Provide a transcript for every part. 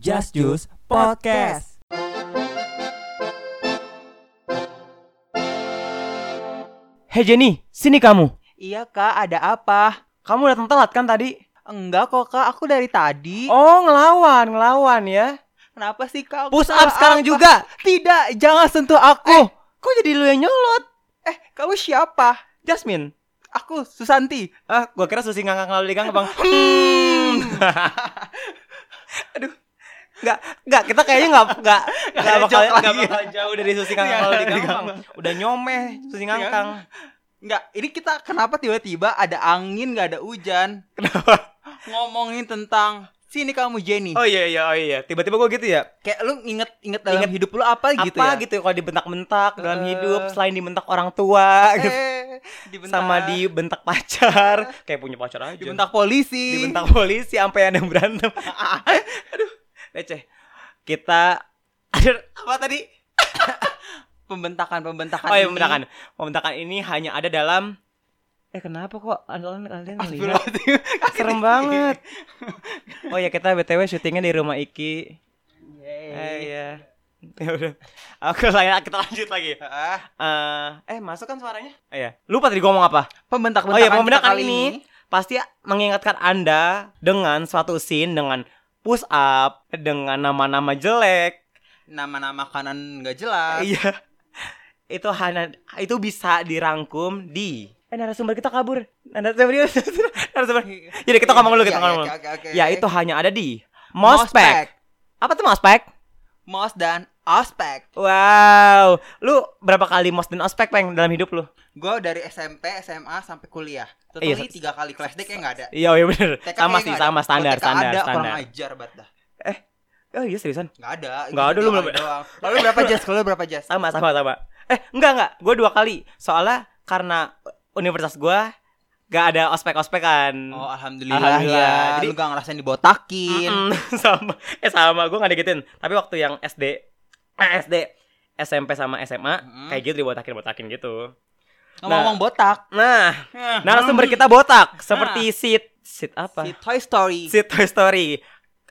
Just Juice Podcast. Hei Jenny, sini kamu. Iya kak, ada apa? Kamu datang telat kan tadi? Enggak kok kak, aku dari tadi. Oh, ngelawan, ngelawan ya. Kenapa sih kak? Aku Push up salah sekarang apa? juga. Tidak, jangan sentuh aku. Kok jadi lu yang nyolot? Eh, kamu siapa? Jasmine. Aku Susanti. Ah, gua kira susi ngangkang lalu di gang, Bang. Hmm. Aduh. Enggak, enggak, kita kayaknya enggak enggak enggak ada bakal joke enggak lagi. bakal jauh dari susi ngangkang Iya, lalu di dari gang, Bang. Gang. Udah nyomeh susi ngangkang. Enggak, ini kita kenapa tiba-tiba ada angin nggak ada hujan? Kenapa? Ngomongin tentang sini kamu Jenny. Oh iya iya oh iya, tiba-tiba gua gitu ya. Kayak lu inget-inget dalam Inget hidup lu apa, gitu ya? Apa gitu ya kalau dibentak-bentak dalam Eh. hidup selain dibentak orang tua gitu. Eh, dibentak. sama dibentak pacar kayak punya pacar aja dibentak polisi. dibentak polisi sampai ada yang berantem aduh receh kita ada apa tadi? Pembentakan-pembentakan. oh ya ini. pembendakan pembendakan ini hanya ada dalam eh kenapa kok kalian kalian ngelihat Astagfirullahaladzim. serem banget oh ya kita btw syutingnya di rumah Iki eh iya. ya ya udah aku lain kita lanjut lagi Ah, Eh, eh masuk kan suaranya Eh, ya Iya. lupa tadi gua ngomong apa Oh Pembentak-bentakan iya, kita pembendakan kali ini. pasti mengingatkan Anda dengan suatu scene dengan push up, dengan nama-nama jelek. nama-nama kanan nggak jelas. Iya. Itu hanya itu bisa dirangkum di Eh narasumber kita kabur. Narasumber narasumber. Jadi kita ngomong dulu, kita Iya, ngomong iya, dulu. oke, oke, Ya, oke. itu hanya ada di Mospek. Apa tuh Mospek? Mos dan Ospek. Wow, lu berapa kali mos dan ospek peng dalam hidup lu? Gue dari SMP, SMA sampai kuliah. Iya, s- Totally tiga kali kelas D kayak nggak ada. Iya, iya bener. Sama TK kayaknya sih, nggak ada. sama Kalau standar, TK standar, ada, standar. kurang ajar banget dah. Oh iya seriusan? Nggak ada. Nggak ada, Itu lu tiga belum- kali doang. Lalu berapa jas? Kalau lu berapa jas? sama sama sama eh enggak enggak gue dua kali soalnya karena universitas gue gak ada ospek ospekan Oh iya. alhamdulillah, Alhamdulillah. ya. Jadi- Jadi lu gak ngerasain dibotakin. sama eh sama gue gak digituin tapi waktu yang SD eh, SD SMP sama SMA Mm. kayak gitu dibotakin botakin gitu Ngomong-ngomong botak. Hmm. nah narasumber kita botak seperti sit sit si apa Toy Story. sit Toy Story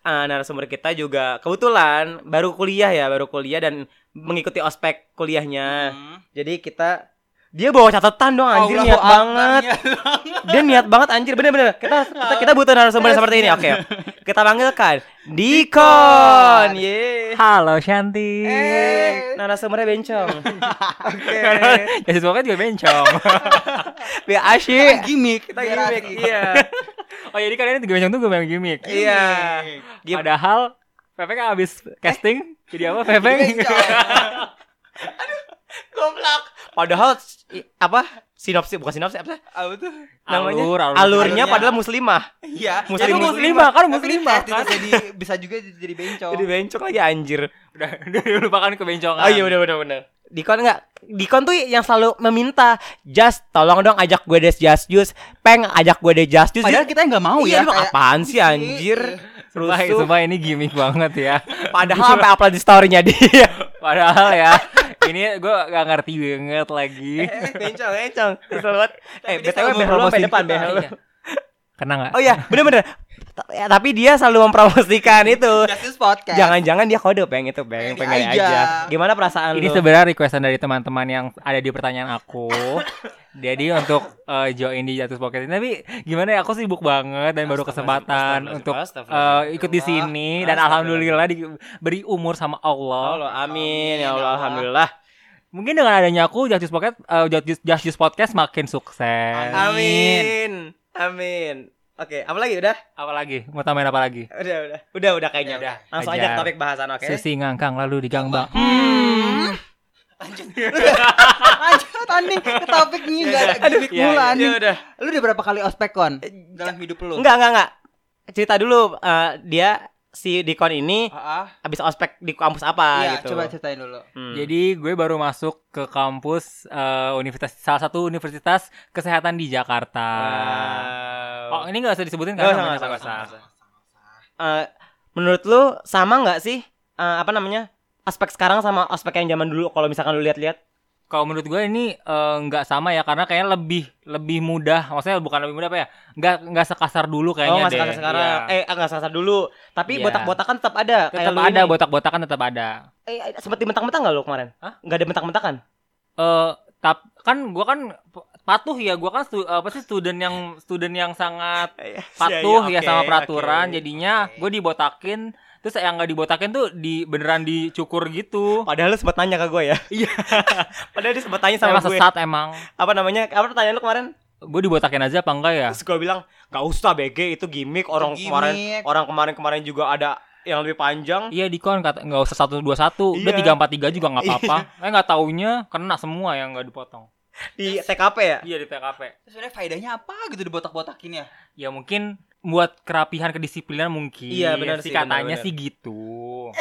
Ah, narasumber kita juga kebetulan baru kuliah ya baru kuliah dan mengikuti ospek kuliahnya Hmm. jadi kita dia bawa catatan dong anjir Allahu niat Akbar, banget niat banget. Dia niat banget anjir bener-bener kita, kita kita butuh narasumber seperti ini oke kita panggilkan Dikon ye Halo Shanti. Eh. narasumbernya bencong oke Ya situ kan juga bencong. biar Kita asyik gimmick. kita biar gimmick asik. iya oh jadi kalian itu bencong tuh gue main gimmick. iya Gim- Padahal Pepe kan abis Eh. casting jadi apa Pepe? Iya, Goblok. padahal s- i- apa sinopsis bukan sinopsis apa Apa tuh? namanya Alur, alur. alurnya Alurnya. padahal muslimah Iya. Muslim- Jadi muslimah, kan Tapi muslimah, dicet, kan? itu Jadi bisa juga jadi bencong. jadi bencong lagi anjir udah, udah dilupakan kebencongan. oh iya bener bener bener Dikon nggak Dikon tuh yang selalu meminta Just tolong dong ajak gue des Just Juice Peng ajak gue des Just Juice Padahal kita nggak mau iya, lu ya. kayak- apaan sih anjir? Sumpah, Rusuh. sumpah ini gimmick banget ya. Padahal sampai upload di story-nya dia. Padahal ya ini gue gak ngerti banget lagi. Bencong, bencong. Kesel banget. Eh, Tapi dia BTW behel lu selalu sampai mempromosikan depan behel lu. kita, Kena nggak? Oh iya, bener-bener. Ta- ya, Tapi dia selalu mempromosikan itu. Justice podcast. Jangan-jangan dia kode peng itu peng Pengen pengen diajak. aja. Gimana perasaan Ini lu? sebenarnya requestan dari teman-teman yang ada di pertanyaan aku. Jadi untuk eh, join di Jatuh Pocket ini, tapi gimana ya aku sibuk banget dan baru kesempatan Astagfirullahaladzim, untuk astagfirullahaladzim. eh, ikut di sini dan Astagfirullahaladzim. alhamdulillah diberi umur sama Allah. Allah, amin ya Amin, Allah, Allah. alhamdulillah. Mungkin dengan adanya aku Jatuh Pocket, eh, Jatuh Jatuh Podcast makin sukses. Amin. Amin. Oke, apa lagi udah? Apalagi mau tambahin apa lagi? Udah, udah. Udah, udah kayaknya Udah, udah. Langsung aja ke Ya Ajar. topik bahasan, oke? Susi ngangkang lalu digangbang. Hmm. Lanjut tanding ke topik nih nggak ada gimmick Iya, mulu iya. anjing. Ya udah. Lu udah berapa kali ospek kon dalam hidup lu? Eh, Enggak, enggak, enggak. Cerita dulu eh, dia si Dikon ini Heeh. habis ospek di kampus apa Iya, gitu. coba ceritain dulu. Hmm. Jadi gue baru masuk ke kampus eh, universitas salah satu universitas kesehatan di Jakarta. Oh Wow. ini gak usah disebutin Nggak kan? usah, namanya? nggak usah, Nggak nggak usah. Eh, menurut lu sama nggak sih eh, apa namanya? Aspek sekarang sama aspek yang zaman dulu kalau misalkan lu lihat-lihat? kalau menurut gue ini eh, nggak sama ya karena kayaknya lebih lebih mudah. Maksudnya bukan lebih mudah apa ya? Nggak nggak sekasar dulu Oh, kayaknya nggak deh. sekarang sekarang. Iya. Eh, nggak sekarang dulu. Tapi Iya. botak-botakan tetap ada. Kayak tetap lu ada ini. botak-botakan tetap ada. Eh, seperti mentang-mentang nggak lo kemarin? Hah? Nggak ada kan? mentang-mentakan? Eh tap kan gue kan p- patuh ya gue kan stu- apa sih student yang student yang Iya, sangat patuh ya sama peraturan jadinya oke. gue dibotakin terus yang nggak dibotakin tuh di beneran dicukur gitu Padahal lu sempat nanya ke gue ya. Iya. Padahal dia sempat tanya sama sama gue. sesat emang Apa namanya? Apa pertanyaan lu kemarin? gue dibotakin aja apa enggak ya Terus gue bilang, "Gak usah BG, Iya. itu gimmick orang Gimmick. kemarin. Orang kemarin-kemarin juga ada yang lebih panjang." Iya Dikon kata nggak usah satu dua satu, udah Iya. tiga empat tiga juga nggak apa-apa. Eh nggak taunya kena semua yang nggak dipotong. Di TKP ya? Iya di TKP. Terus sebenarnya faedahnya apa gitu dibotak-botakin ya? Ya mungkin buat kerapihan kedisiplinan mungkin. Iya, benar sih, sih katanya benar-benar. sih gitu.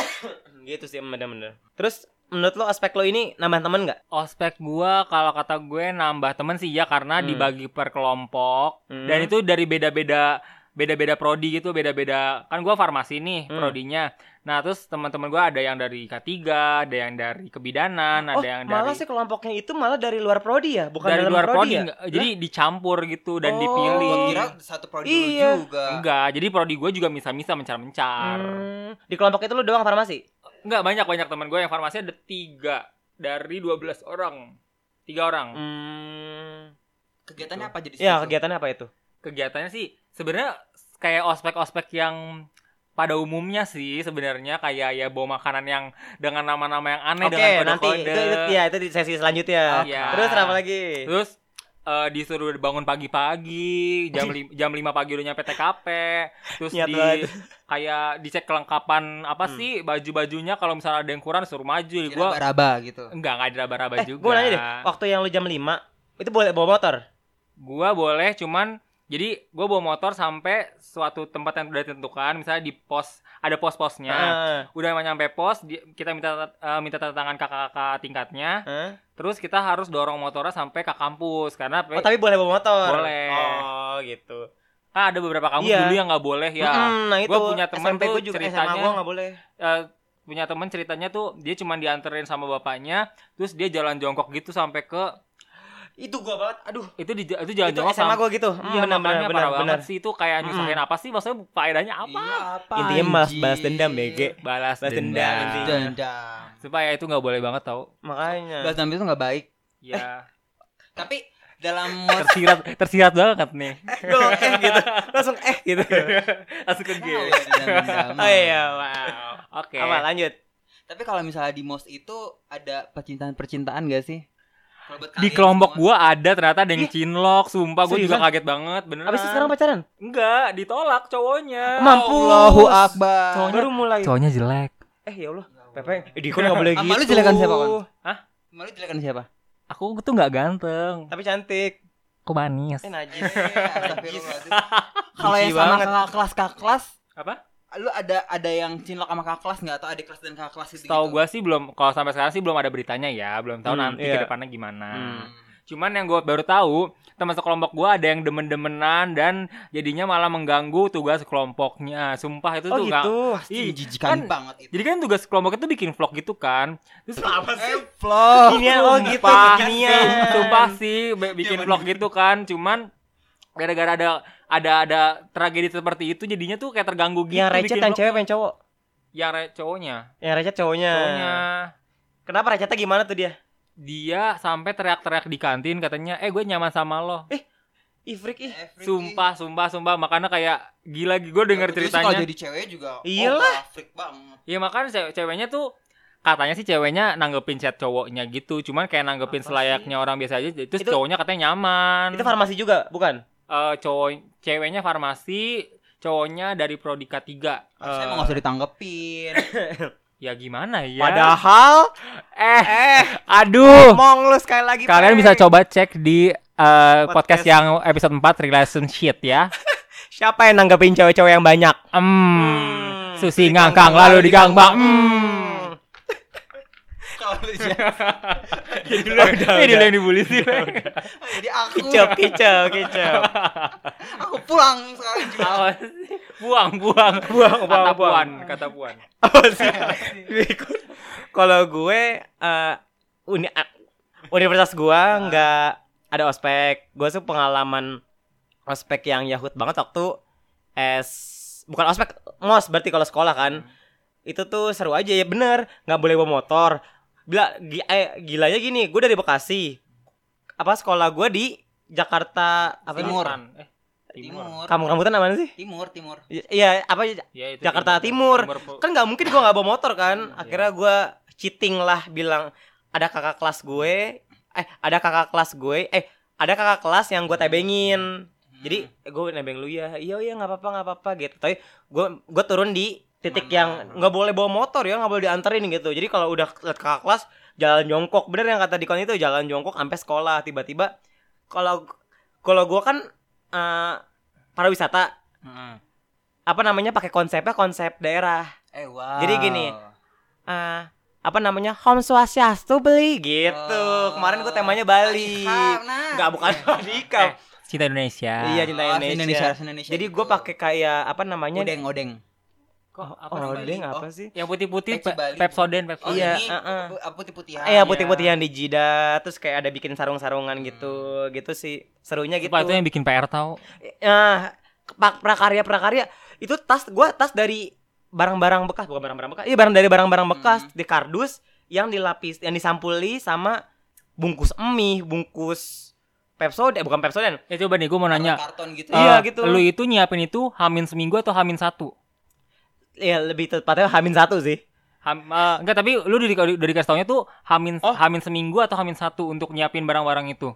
Gitu sih, bener-bener. Terus menurut lo aspek lo ini nambah teman nggak? Ospek gua kalau kata gue nambah temen sih ya karena Hmm. dibagi per kelompok Hmm. dan itu dari beda-beda beda-beda prodi gitu, beda-beda. Kan gua farmasi nih Hmm. prodinya. Nah, terus teman-teman gua ada yang dari K3, ada yang dari kebidanan, oh, ada yang dari malah sih kelompoknya itu malah dari luar prodi ya, bukan dari dalam luar prodi, ya? nggak- jadi dicampur gitu Oh, dan dipilih Gua kira satu prodi lu Iya. juga. enggak jadi prodi gue juga misa-misa mencar-mencar Hmm, di kelompok itu lu doang farmasi? enggak banyak banyak teman gue yang farmasi ada tiga dari 12 orang tiga orang Hmm. Kegiatannya apa jadi? Ya, siswa? kegiatannya apa itu? kegiatannya sih sebenarnya kayak ospek-ospek yang pada umumnya sih sebenarnya kayak ya bawa makanan yang dengan nama-nama yang aneh Oke, dengan nanti kode-kode itu, itu- ya itu di sesi selanjutnya. Oke. Terus apa lagi? terus eh, disuruh bangun pagi-pagi jam lim- jam 5 pagi udah nyampe TKP terus Niat di banget. kayak dicek kelengkapan apa Hmm. sih baju-bajunya kalau misalnya ada yang kurang suruh maju Kira gua raba gitu. enggak enggak ada raba Eh, juga gue nanya deh, waktu yang lu jam 5 itu boleh bawa motor? Gua boleh cuman jadi gua bawa motor sampai suatu tempat yang udah ditentukan misalnya di pos ada pos-posnya Heeh. udah nyampe pos di- kita minta eh, minta tanda tangan kakak-kakak tingkatnya Heeh. terus kita harus dorong motornya sampai ke kampus karena Oh, tapi boleh bawa motor. Boleh. Oh, gitu. kan ada beberapa kampus Iya. dulu yang nggak boleh ya Mm-mm, nah itu Gua punya teman SMP tuh gua juga ceritanya- SMA gua enggak boleh. eh, punya temen ceritanya tuh dia cuman dianterin sama bapaknya terus dia jalan jongkok gitu sampai ke Itu gua banget. Aduh. itu di itu jalan itu jongkok SMA sama gua gitu. iya benar benar makanya benar parah benar. banget sih itu kayak nyusahin apa sih maksudnya faedahnya apa Iya, apa? Intinya malas anjing? balas dendam BG. balas, Balas dendam, dendam intinya. Dendam. supaya itu nggak boleh banget tau Makanya. Balas dendam itu nggak baik. Iya. ya Tapi dalam tersirat tersirat banget nih Dong, eh gitu. Langsung eh gitu. Iya, langsung ke gue ya. oh iya, wow. oke Apa lanjut? Tapi kalau misalnya di mos itu ada percintaan-percintaan gak sih? Kalau buat di kalian kelompok semua. gua ada ternyata ada yang cinlok sumpah gua juga Iya. Seriusan? kaget banget beneran Abis itu sekarang pacaran? enggak ditolak cowoknya Mampu. Allahu Akbar. Ah, Baru mulai. cowoknya jelek Eh ya Allah, Pepe, eh, Dikon enggak boleh gitu. Sama lu Ah, jelekan siapa, Kon? Hah? Malu jelekan siapa? aku tuh nggak ganteng Tapi cantik. aku manis Eh najis. Astagfirullahaladzim. Kalau yang Benci sama banget. kakak kelas kakak kelas, apa lu ada ada yang cinlok sama kakak kelas nggak atau adik kelas dan kakak kelas gitu? Tahu gua sih belum kalau sampai sekarang sih belum ada beritanya ya, belum tahu Hmm, nanti iya. ke depannya gimana. Hmm. Cuman yang gua baru tahu, teman sekelompok gua ada yang demen-demenan dan jadinya malah mengganggu tugas kelompoknya. Sumpah itu Oh tuh nggak- gitu. Ih, Menjijikan kan- banget itu. Jadi kan tugas kelompok itu bikin vlog gitu kan. Terus apa Eh, vlog. Ginian, oh gitu Sumpah, Iya, beginian. sumpah sih be- Iya, bikin vlog gitu kan. Cuman gara-gara ada ada ada tragedi seperti itu jadinya tuh kayak terganggu gitu Yang kan, recet bikin yang vlog. cewek apa yang cowok? yang re- cowoknya. Yang recet cowoknya. Cowoknya. Kenapa recetnya gimana tuh dia? Dia sampai teriak-teriak di kantin katanya, "Eh, gue nyaman sama lo." Ih, freak ih. Everything. Sumpah, sumpah, sumpah. Makanya kayak gila gue denger Terus ceritanya. Kalau jadi cewek juga. Iyalah. Oh, freak banget. Ya makanya ce- ceweknya tuh katanya sih ceweknya nanggepin chat cowoknya gitu. Cuman kayak nanggepin Apa selayaknya orang biasa aja. Terus Itu- cowoknya katanya nyaman. Itu farmasi juga, bukan? Eh, cowok ceweknya farmasi, cowoknya dari prodi K3. Harusnya emang Eh. nggak usah ditanggepin. Ya gimana ya? Padahal eh, eh aduh. mong lu sekali lagi. Kalian Pe. bisa coba cek di eh, Podcast. podcast. yang episode 4 relationship ya. Siapa yang nanggapin cewek-cewek yang banyak? Hmm. Susi Susi ngangkang lalu diganggang. Hmm. Hmm. Kalau lu jadi Jadi lu- eh, dia yang dibully sih. Leng. jadi aku. Kicau, kicau, kicau. Aku pulang sekarang juga. Apa sih? buang, Buang, buang, buang, buang. kata puan, kata puan. Apa sih? Kalau gue eh uni- universitas gua nggak ada ospek. Gua tuh pengalaman ospek yang yahut banget waktu es bukan ospek mos berarti kalau sekolah kan itu tuh seru aja ya bener nggak boleh bawa motor bila gi- eh, gilanya gini gue dari Bekasi apa sekolah gue di Jakarta apa sih? Timur. Eh, timur. Timur. kamu rambutan apa sih Timur, timur. I- iya apa Ya, itu Jakarta Timur. Timur. kan nggak mungkin gua nggak bawa motor kan Iya. akhirnya gua cheating lah bilang ada kakak kelas gue eh ada kakak kelas gue eh ada kakak kelas yang gue tebengin Hmm. jadi gue nebeng lu ya iya iya nggak apa-apa nggak apa-apa gitu tapi gue gue turun di titik Mana? yang nggak boleh bawa motor ya nggak boleh dianterin gitu jadi kalau udah liat kakak kelas jalan jongkok bener yang kata Dikon itu jalan jongkok sampai sekolah tiba-tiba kalau kalau gue kan eh, pariwisata Hmm. apa namanya pakai konsepnya konsep daerah Eh, wow. Jadi gini, ah apa namanya home swastiastu beli gitu Oh. kemarin gue temanya Bali Ikam, nah. nggak bukan Eh, radikal Cinta Indonesia. Iya, cinta Oh, Indonesia. Indonesia, Indonesia jadi itu. gue pakai kayak apa namanya odeng, odeng. Kok apa oh namanya? dia Bali? apa sih Yang putih-putih Pepsi pe- Bali. Pepsoden, Pepsoden. Oh, Iya, ini heeh. apa putih-putihan. Eh ya iya. putih-putih yang di jidat terus kayak ada bikin sarung-sarungan gitu gitu sih serunya gitu Hmm. Sumpah, itu yang bikin PR tau nah prakarya prakarya itu tas gue tas dari barang-barang bekas bukan barang-barang bekas iya barang dari barang-barang bekas Hmm. di kardus yang dilapis yang disampuli sama bungkus emi bungkus Pepsodent eh, bukan Pepsodent Ya coba nih gue mau nanya karton gitu. Eh, Iya, Eh, gitu. Lu itu nyiapin itu Hamin seminggu atau Hamin satu? ya lebih tepatnya Hamin satu sih Ham, eh, enggak tapi lu dari dari kasih taunya tuh Hamin Oh. Hamin seminggu atau Hamin satu untuk nyiapin barang-barang itu?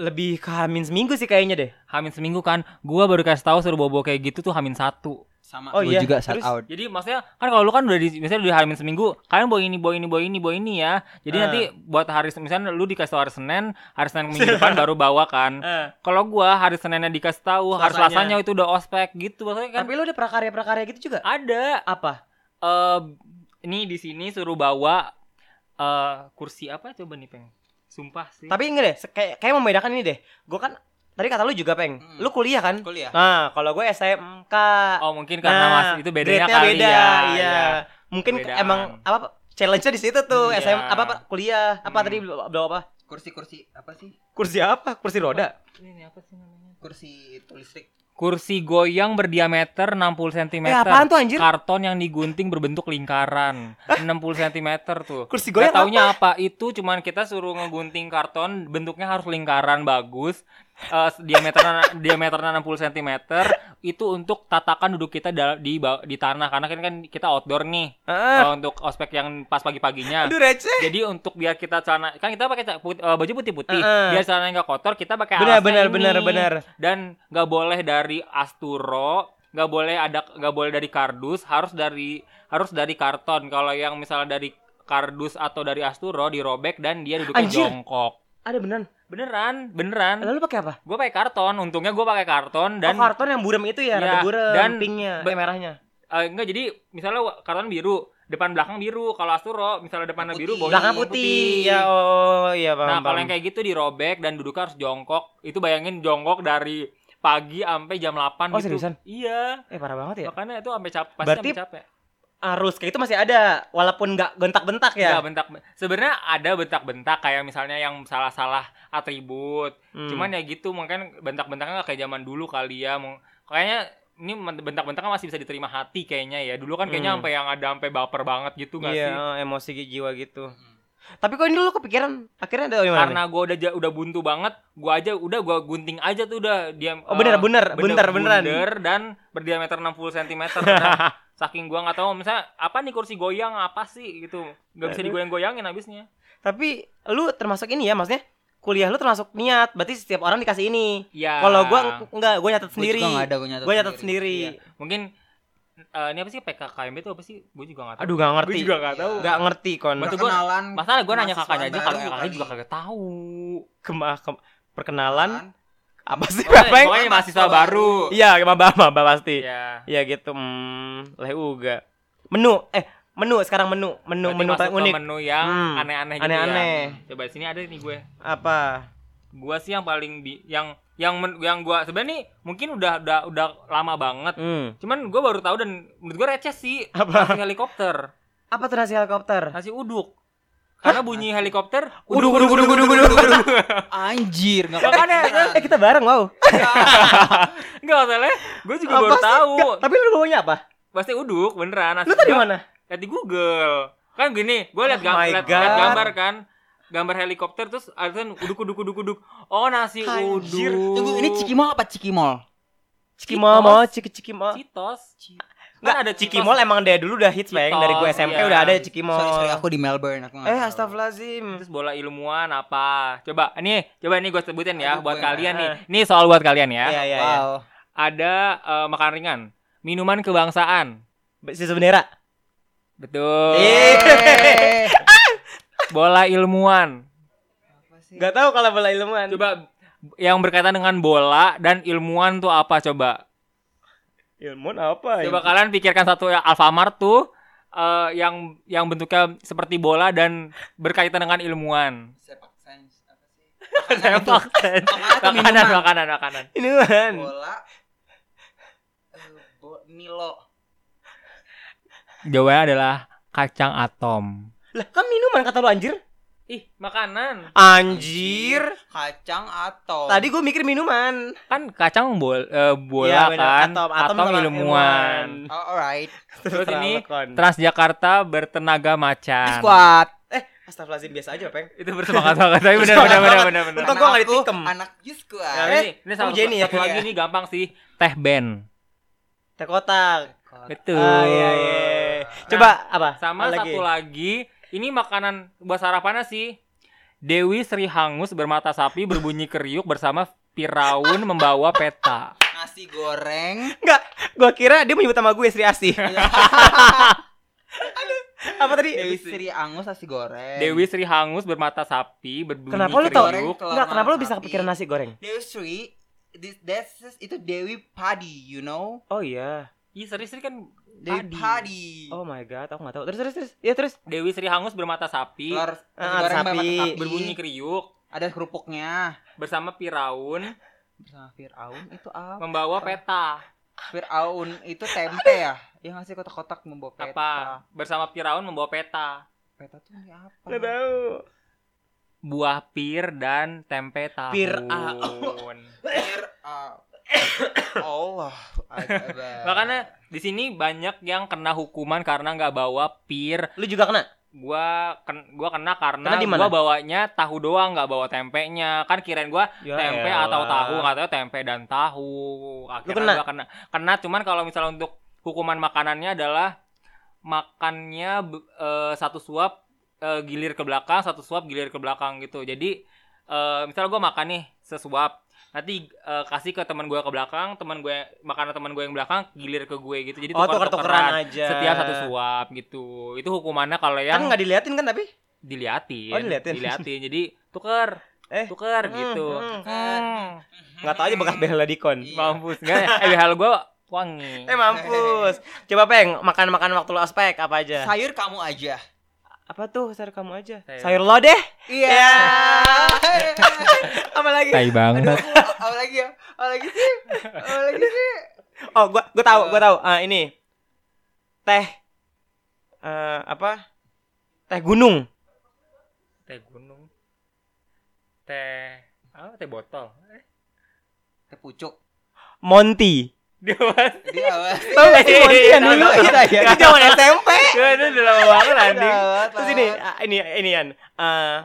lebih ke Hamin seminggu sih kayaknya deh Hamin seminggu kan, gua baru kasih tahu suruh bobo kayak gitu tuh Hamin satu. Sama. Oh, Gua iya. juga shout Terus- out. Jadi maksudnya kan kalau lu kan udah di, misalnya udah di Hamin seminggu, kalian bawa ini, bawa ini, bawa ini, bawa ini ya. Jadi Eh. nanti buat hari misalnya lu dikasih tahu hari Senin, hari Senin minggu depan baru bawa kan. Eh, Kalau gua hari Seninnya dikasih tahu, hari Selasanya. Selasanya itu udah ospek gitu maksudnya kan. tapi lu ada prakarya-prakarya gitu juga ada apa eh ini di sini suruh bawa eh kursi apa coba nih peng sumpah sih tapi enggak deh se- kayak kayak membedakan ini deh gue kan tadi kata lu juga peng Hmm. lu kuliah kan Kuliah. nah kalau gue SMK oh mungkin karena Nah, mas itu bedanya grade-nya kali beda, ya iya. iya. mungkin Perbedaan. emang apa challenge-nya di situ tuh Iya. SM apa apa, kuliah apa Hmm. tadi belum belum apa Kursi-kursi apa sih? kursi apa kursi roda Ini apa sih namanya? Kursi itu listrik. kursi goyang berdiameter 60 cm eh apaan tuh anjir karton yang digunting berbentuk lingkaran 60 cm tuh kursi goyang Gak taunya apa? itu cuman kita suruh ngegunting karton bentuknya harus lingkaran bagus eh diameter diameter 60 cm itu untuk tatakan duduk kita dal- di ba- di tanah karena kan kan kita outdoor nih Ah, eh, untuk ospek yang pas pagi-paginya aduh receh jadi untuk biar kita celana kan kita pakai ca- put- eh, baju putih-putih Heeh. biar celana nggak kotor kita pakai benar alasnya benar ini. benar benar dan nggak boleh dari asturo nggak boleh ada nggak boleh dari kardus harus dari harus dari karton kalau yang misalnya dari kardus atau dari asturo dirobek dan dia duduknya Anjir. jongkok ada beneran beneran beneran lalu pakai apa gue pakai karton untungnya gue pakai karton dan dan oh, karton yang buram itu ya, Iya, rada buram dan pinknya be- eh, merahnya eh, enggak jadi misalnya wa- karton biru depan belakang biru kalau asturo misalnya Oh, depannya biru Putih. bawahnya belakang putih. putih. ya oh iya paham, Nah, kalau paham. yang kayak gitu dirobek dan duduknya harus jongkok. Itu bayangin jongkok dari pagi sampai jam 8 Oh, gitu. seriusan? Iya. eh parah banget ya Makanya itu sampai capek, pasti Berarti sampai capek. arus kayak itu masih ada walaupun nggak bentak-bentak ya Iya, bentak. Sebenarnya ada bentak-bentak kayak misalnya yang salah-salah atribut. Hmm. Cuman ya gitu, mungkin bentak-bentaknya nggak kayak zaman dulu kali ya. Mung- Kayaknya ini men- bentak-bentaknya masih bisa diterima hati kayaknya ya. Dulu kan kayaknya Hmm. sampai yang ada sampai baper banget gitu nggak sih? iya emosi jiwa gitu tapi kok ini dulu kepikiran akhirnya ada oh, gimana Karena gue udah ja- udah buntu banget, gue aja udah gue gunting aja tuh udah diam. Oh bener, bener, bentar, beneran. bunder dan berdiameter 60 cm Nah, saking gua nggak tahu misalnya apa nih kursi goyang apa sih gitu nggak bisa Aduh. digoyang-goyangin habisnya Tapi lu termasuk ini ya, maksudnya kuliah lu termasuk niat. Berarti setiap orang dikasih ini. ya Kalau gua ng- enggak, Iya. gua nyatet sendiri. Gua juga nggak ada, gua nyatet Iya. Gua nyatet sendiri. iya. mungkin eh, ini apa sih PKKMB itu apa sih gua juga nggak tahu Aduh, gak ngerti. Gua juga nggak tahu Gak ngerti kon. Betul. gua- Perkenalan. masalah gua nanya kakaknya aja mahasiswa kalau baru kakaknya juga kali. kagak tahu Kema- kem- perkenalan apa sih Pokoknya- apa yang- pokoknya mahasiswa baru Iya, maba maba pasti. ya Iya gitu. Hmm, leh uga. Menu eh menu sekarang menu menu menu paling unik menu yang Hmm, aneh-aneh gitu aneh-aneh. ya coba di sini ada nih gue apa? gua sih yang paling bi yang yang men- yang gua sebenarnya nih mungkin udah udah udah lama banget Hmm. Cuman gue baru tahu dan menurut gue receh sih Apa? nasi helikopter, Apa tuh nasi helikopter? nasi uduk. Karena bunyi helikopter. Uduh, uduh, uduh, uduh, uduh, uduh. Anjir, nggak apa-apa. Makanya, eh kita bareng wow. Enggak masalahnya. Gue juga baru Apa sih? tahu. Nggak, Tapi lu bawanya apa? Pasti uduk beneran. Lu tadi mana? Lihat di Google. Kan gini, gue lihat Oh my gambar, God. gambar kan gambar helikopter terus ada kan uduk uduk uduk uduk oh nasi Anjir. uduk Tunggu, ini Cikimol apa Cikimol? Cikimol, mau ciki cikimol. citos Kan Enggak ada ada Citos. Cikimol emang dari dulu udah hits, Bang. Dari gue Citos, SMP iya. udah ada Cikimol. Sorry, sorry, aku di Melbourne. Aku nggak Eh, tahu. astagfirullahalazim. terus bola ilmuwan apa coba ini coba ini gue sebutin ya Aduh, buat gue- kalian nih ini soal buat kalian ya Eh. Iya, iya, iya. Wow. ada eh, makanan ringan minuman kebangsaan Sisa bendera. Iya. betul Iya. Eh. bola ilmuwan Gak tahu kalau bola ilmuwan. coba yang berkaitan dengan bola dan ilmuwan tuh apa coba ilmuwan apa coba kalian pikirkan satu ya Alfamart tuh eh, yang yang bentuknya seperti bola dan berkaitan dengan ilmuwan Sepak sains apa sih? Sepak sen. Makanan atau makanan minuman? makanan makanan Ilmuwan. Bola. eh, bo- Milo. jawabannya adalah kacang atom Lah, kan minuman kata lu anjir. ih makanan Anjir. Kacang atau Tadi gue mikir minuman. kan kacang bol, eh, Iya, bola bener. kan Atom- atom sama ilmuwan Oh, alright. terus Terserah lu, ini Kon. Transjakarta bertenaga macan Squad. eh, astagfirullahalazim biasa aja, Peng. itu bersemangat banget tapi benar benar benar benar benar Untung gua nggak Anakku, ditikem. Anak you squad. Ya, Nah, ini, ini sama satu, Jenny ya, satu lagi iya. nih gampang sih teh band Teh kotak. betul Ah, iya, iya. Coba apa? sama Apa satu lagi ini makanan buat sarapannya sih Dewi Sri Hangus bermata sapi berbunyi keriuk bersama Firaun membawa peta. Nasi goreng. Enggak, gua kira dia menyebut nama gue Sri Asti. apa tadi? Dewi Sri Angus nasi goreng. Dewi Sri Hangus bermata sapi berbunyi Kenapa lu keriuk. tau? Goreng, telur Enggak, kenapa lu malam bisa sapi. kepikiran nasi goreng? Dewi Sri. This, that's itu Dewi Padi, you know? Oh iya. Ih, Sri Sri kan Dewi Padi. Padi. Oh my god, aku enggak tahu. Terus terus terus. Ya terus. Dewi Sri Hangus bermata sapi Telur nasi Ah, goreng sapi. sama sapi. berbunyi keriuk Ada kerupuknya bersama Firaun bersama Fir'aun itu apa? membawa peta. Fir'aun itu tempe ya? Yang ngasih kotak-kotak membawa peta. Apa? Bersama Firaun membawa peta. Peta tuh ini apa? Enggak tahu. Buah pir dan tempe tahun. Firaun. Fir'aun. Ah. Allah. Akbar. Makanya di sini banyak yang kena hukuman karena nggak bawa pir Lu juga kena? gua ken, gua kena karena Kena di mana? gua bawanya tahu doang nggak bawa tempenya kan kirain gua Ya tempe elah. Oh, atau tahu katanya tempe dan tahu kena? akhirnya gua kena kena cuman kalau misalnya untuk hukuman makanannya adalah makannya be- eh, satu suap eh, gilir ke belakang satu suap gilir ke belakang gitu jadi eh, misalnya gua makan nih sesuap nanti eh, kasih ke teman gua ke belakang teman gue makanan teman gue yang belakang gilir ke gue gitu jadi Oh, tuker-tukeran tukar-tukeran aja. setiap satu suap gitu itu hukumannya kalau Iya. yang Kan nggak diliatin kan tapi? diliatin Oh, diliatin. jadi tuker Eh. Hmm, tuker gitu hmm. Hmm. Nggak tahu aja bekas bela dikon. Iya. mampus enggak ya? eh hal gue wangi Eh mampus. Coba peng makan-makan waktu lu ospek apa aja? Sayur kamu aja. apa tuh sayur kamu aja? Sayur. Sayur lo deh. Iya. apa lagi? tai banget apa lagi ya? Apa lagi sih? Apa lagi sih? Oh, gua gua tahu, gua tahu. Ah, ini. Teh eh apa? Teh gunung. teh gunung teh apa teh botol Eh, Kepucuk. Monty. dia mas Jadi apa? Tahu gak sih Monty yang Tahu, dulu? tahu, tahu, iya. Itu zaman SMP. Gua itu udah lama banget anjing Terus ini, ah, ini ini Yan. Eh,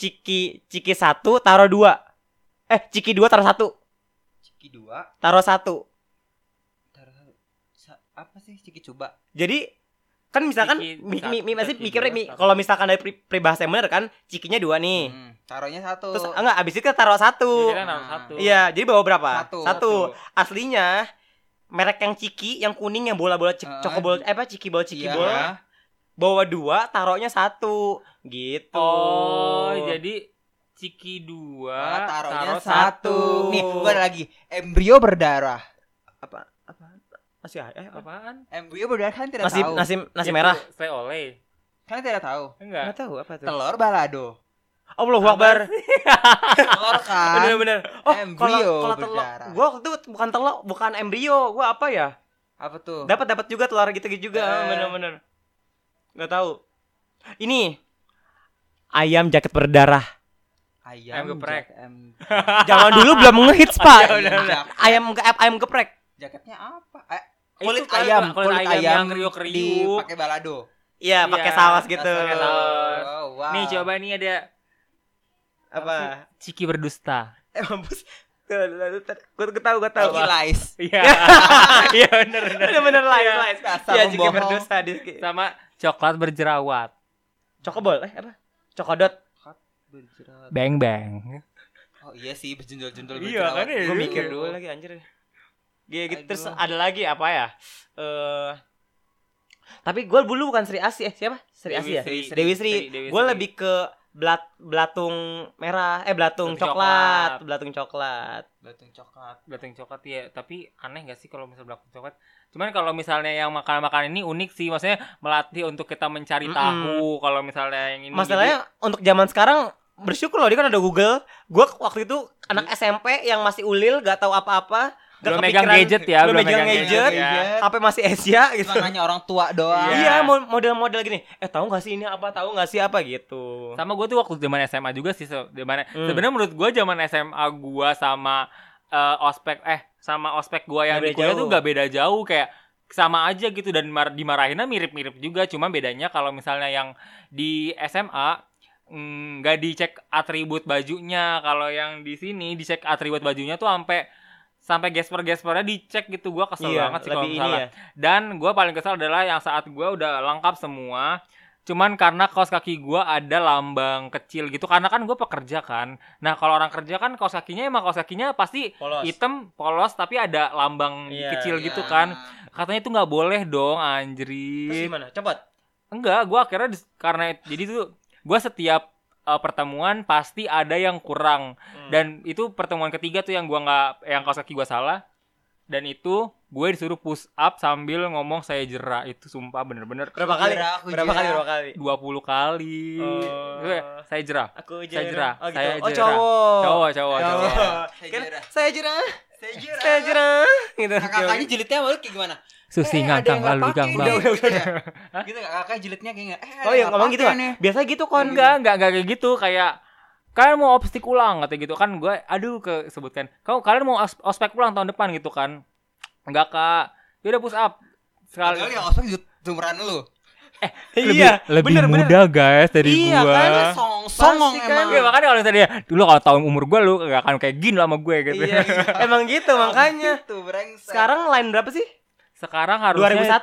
ciki ciki satu taruh dua. Eh, ciki dua taruh satu. Ciki dua. Taruh satu. Taruh satu. Sa- apa sih Ciki coba? Jadi kan misalkan Ciki mi, satu, mi, mi- masih ciki mikir dua, mi- satu. kalau misalkan dari pri- peribahasa yang benar kan cikinya dua nih. Hmm, taruhnya satu. Terus enggak abis itu kita taruh satu. Jadi kan harus satu Iya, jadi bawa berapa? Satu. Aslinya merek yang ciki, yang kuning, yang bola-bola cik, Heeh. cokobol, eh apa ciki bola ciki Iya. bola. Bawa dua, taruhnya satu, gitu. oh jadi ciki dua Ah, taruhnya taruh satu. satu. Nih, gua ada lagi. Embrio berdarah. apa? Apa? Masih ada? Eh, apa? apaan Embrio berdarah kan tidak Nasi, tahu. nasi, nasi Iya, Itu merah. saya oleh Kalian tidak tahu. enggak Enggak tahu apa tuh. Telur balado. Allahu Apa Akbar. Telur kan. Bener-bener. Oh, kalau Embrio kalau telur, berdarah. gua waktu itu bukan telur, bukan embrio, gua apa ya? Apa tuh? Dapat dapat juga telur gitu-gitu juga, Eh. bener-bener. Enggak tahu. Ini ayam jaket berdarah. Ayam, Ayam jak- geprek. ayam, Zaman dulu belum ngehits, Pak. Iya, Ayam geprek. jak- Ayam ke eh, ayam geprek. jaketnya apa? Eh, Itu kulit kalau- ayam, kulit kulit ayam ayam, yang kriuk-kriuk. dipakai balado. Iya, Iya, pakai saus gitu. Pakai saus. Oh, wow. Nih coba nih ada Apa? Ciki berdusta. Eh, mampus. Tuh, tuh, tuh, tuh. Gue tahu, gue tahu. Ciki lies. Iya. Iya bener bener. Bener-bener lah, Iya. lies. Dasar Iya, juga pembohong. berdosa di Sama coklat berjerawat. Cokobol, eh apa? Cokodot. Berjerat. Bang bang. Oh iya sih, berjendol-jendol Iya, berjerawat. kan ya, Gue Aduh. mikir dulu lagi anjir. Gaya gitu. Terus Aduh. ada lagi apa ya? Eh Tapi gue dulu bukan Sri Asi eh siapa? Sri Asi ya? Sri. Dewi Sri. Dewi Gue Sri. lebih ke belat belatung merah, eh belatung coklat, Belatung coklat. belatung coklat. Belatung coklat. Belatung coklat ya, tapi aneh gak sih kalau misalnya belatung coklat? Cuman kalau misalnya yang makan-makan ini unik sih, maksudnya melatih untuk kita mencari Mm-mm. tahu. Kalau misalnya yang ini Masalahnya untuk zaman sekarang bersyukur loh dia kan ada Google. Gue waktu itu anak Iya. SMP yang masih ulil, gak tahu apa-apa, jadi- gak belum megang gadget Iya. ya, belum megang gadget, Iya. ya. HP masih Asia gitu. Cuma nanya orang tua doang. Iya, Iya. mo- model-model gini. Eh, tahu nggak sih ini apa? Tahu nggak sih apa gitu. Sama gue tuh waktu zaman SMA juga sih se- zaman Hmm. sebenarnya menurut gue zaman SMA gue sama eh, ospek eh sama ospek gue yang Nggak di beda kuliah tuh jauh. gak beda jauh kayak sama aja gitu dan mar- dimarahinnya mirip-mirip juga cuma bedanya kalau misalnya yang di SMA mm, nggak dicek atribut bajunya kalau yang di sini dicek atribut bajunya tuh sampai sampai gesper-gespernya dicek gitu gue kesel iya, banget sih kalau lebih ini misalnya ya. dan gue paling kesal adalah yang saat gue udah lengkap semua. Cuman karena kaos kaki gue ada lambang kecil gitu. Karena kan gue pekerja kan. Nah kalau orang kerja kan kaos kakinya emang kaos kakinya pasti Polos. hitam, polos, tapi ada lambang Iya, kecil gitu Iya. kan. Katanya itu nggak boleh dong Terus anjrit. gimana? Copot. Enggak, gue akhirnya dis- karena jadi tuh gue setiap uh, pertemuan pasti ada yang kurang. Dan itu pertemuan ketiga tuh yang gua nggak yang kaos kaki gua salah. Dan itu gue disuruh push up sambil ngomong saya jera itu sumpah bener-bener berapa kali? Hujera, hujera. Berapa kali? Berapa kali? 20 kali. Oh. Gue, Saya jera. Aku Saya jerah. Oh, gitu. Saya oh jerah. cowok. Cowok, cowok, Oh. Cowok. Eh, cowok. Saya Kan, jerah. saya jerah. Ya Saya Saya jerah. jerah. Gitu. Kakaknya jilidnya malu kayak gimana? Susi Eh, ada ngangkang yang nggak lalu pakai gang nih, bang. Gitu, ya? Gitu nggak, kakak jilidnya kayak nggak? Eh, ada Oh iya yang ngomong nggak gitu pakai kan? nih. Biasa gitu Oh, kon enggak, enggak, enggak kayak gitu. Kayak kalian mau opstik ulang kata gitu kan gue aduh ke sebutkan kau kalian mau os- ospek ulang tahun depan gitu kan enggak kak yaudah push up sekali Padahal ya yang ospek juga tumran lu. Iya. bener, bener. guys Iya, kan, Karena song songong Pasti kan. emang. Iya makanya kalau misalnya dulu kalau tahun umur gue lu gak akan kayak gini lah sama gue gitu. Iya. Emang gitu makanya. Tuh brengsek. Sekarang line berapa sih? Sekarang harusnya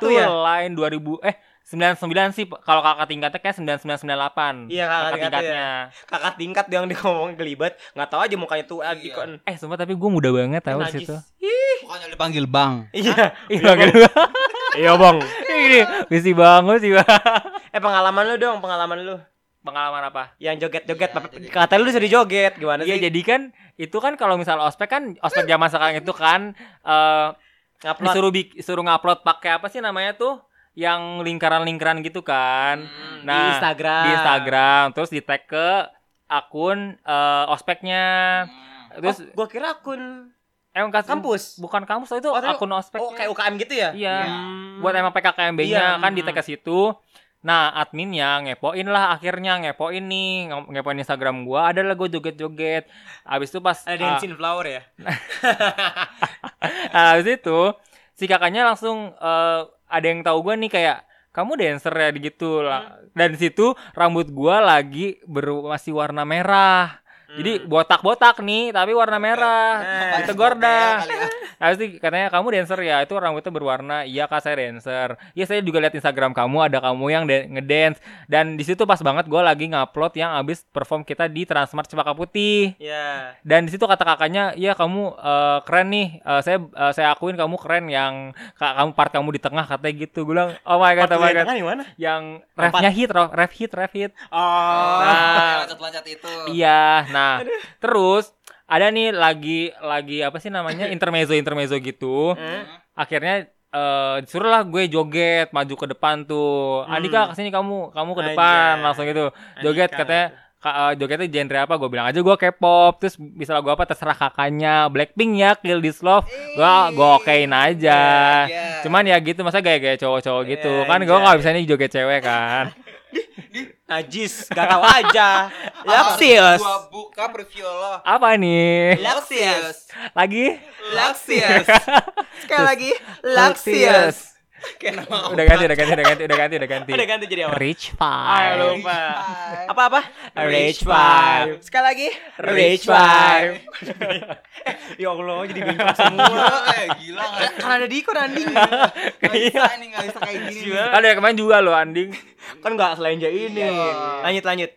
2001 itu ya? lain 2000 eh 99 sih kalau kakak tingkatnya kayak 9998. Iya, kakak tingkatnya. Kakak tingkat yang dikomong gelibat, nggak tahu aja mukanya tuh Iya. lagi kon. Eh sumpah tapi gue muda banget tahu najis. situ. pokoknya dipanggil bang. Iya. Iya gitu. Iya bang. Ini misi bangun sih bang. Eh pengalaman lu dong, pengalaman lu Pengalaman apa? yang joget-joget. Iya, Pap- jadi- Kata lu jadi joget, gimana Iya sih? jadi kan itu kan kalau misal ospek kan ospek zaman sekarang itu kan eh Ngupload. disuruh bik- suruh ngupload pakai apa sih namanya tuh yang lingkaran-lingkaran gitu kan. di Hmm. Nah, Instagram. di Instagram terus di tag ke akun eh, ospeknya Hmm. Terus terus Oh, gua kira akun emang kas- Hmm. Oh, kampus. bukan kampus itu Oh, tapi- akun ospeknya Oh, kayak UKM gitu ya? iya Iya. buat emang PKKMB-nya Iya, kan di tag mm. ke situ nah adminnya ngepoin lah akhirnya ngepoin nih nge- ngepoin Instagram gua ada lah gua joget-joget abis itu pas Ada ah, dancing flower ya? Nah, habis itu si kakaknya langsung eh, ada yang tahu gua nih kayak kamu dancer ya gitu lah. Hmm. Dan di situ rambut gua lagi ber masih warna merah. Hmm. Jadi Hmm. botak-botak nih tapi warna merah. Nah, Apaan itu sih, Gorda. hotel kali ya? Habis itu katanya kamu dancer ya. Itu rambutnya berwarna. Iya Kak, saya dancer. Iya saya juga lihat Instagram kamu ada kamu yang dan- ngedance. Dan di situ pas banget gua lagi ngupload yang abis perform kita di Transmart Cempaka Putih. ya. Dan di situ kata kakaknya, "Ya kamu eh, keren nih. Eh, saya eh, saya akuin kamu keren yang ka- kamu part kamu di tengah." Katanya gitu. Gue bilang, "Oh my god, oh my god." Kan mana? Yang Empat. refnya hit, ro- ref hit, ref hit. Oh. Nah, Nah. loncat-loncat itu. Iya. Nah, terus ada nih lagi lagi apa sih namanya? intermezzo intermezzo gitu. Eh, Hmm. Akhirnya eh disuruhlah gue joget maju ke depan tuh. Hmm. Andika kesini kamu, kamu ke depan Anjay. langsung gitu. Joget Andika. katanya Ka- eh, jogetnya genre apa gue bilang aja gue K-pop terus misalnya gue apa terserah kakaknya Blackpink ya Kill This Love gue gue okein aja Iya. cuman ya gitu masa gaya-gaya cowok-cowok gitu Iya, kan gue iya. nggak bisa nih joget cewek kan najis gak tahu aja Lapsius Gua buka preview lo. Apa nih? Laxius. Lagi? Laxius. Sekali lagi, Laxius. Kayak nama Udah ganti, udah ganti, udah ganti, udah ganti, udah ganti. udah ganti jadi apa Rich Ah, Five. lupa Five. apa apa Rich Five. Sekali lagi, Rich Five ya Allah jadi bengkak semua Mula kayak gila nggak sih? Karena Kan ada Diko Randing. Iya. Gak bisa nih, gak bisa kayak gini. nih. Kan dari kemarin juga lo Anding. kan nggak selain aja ini Iya. lanjut lanjut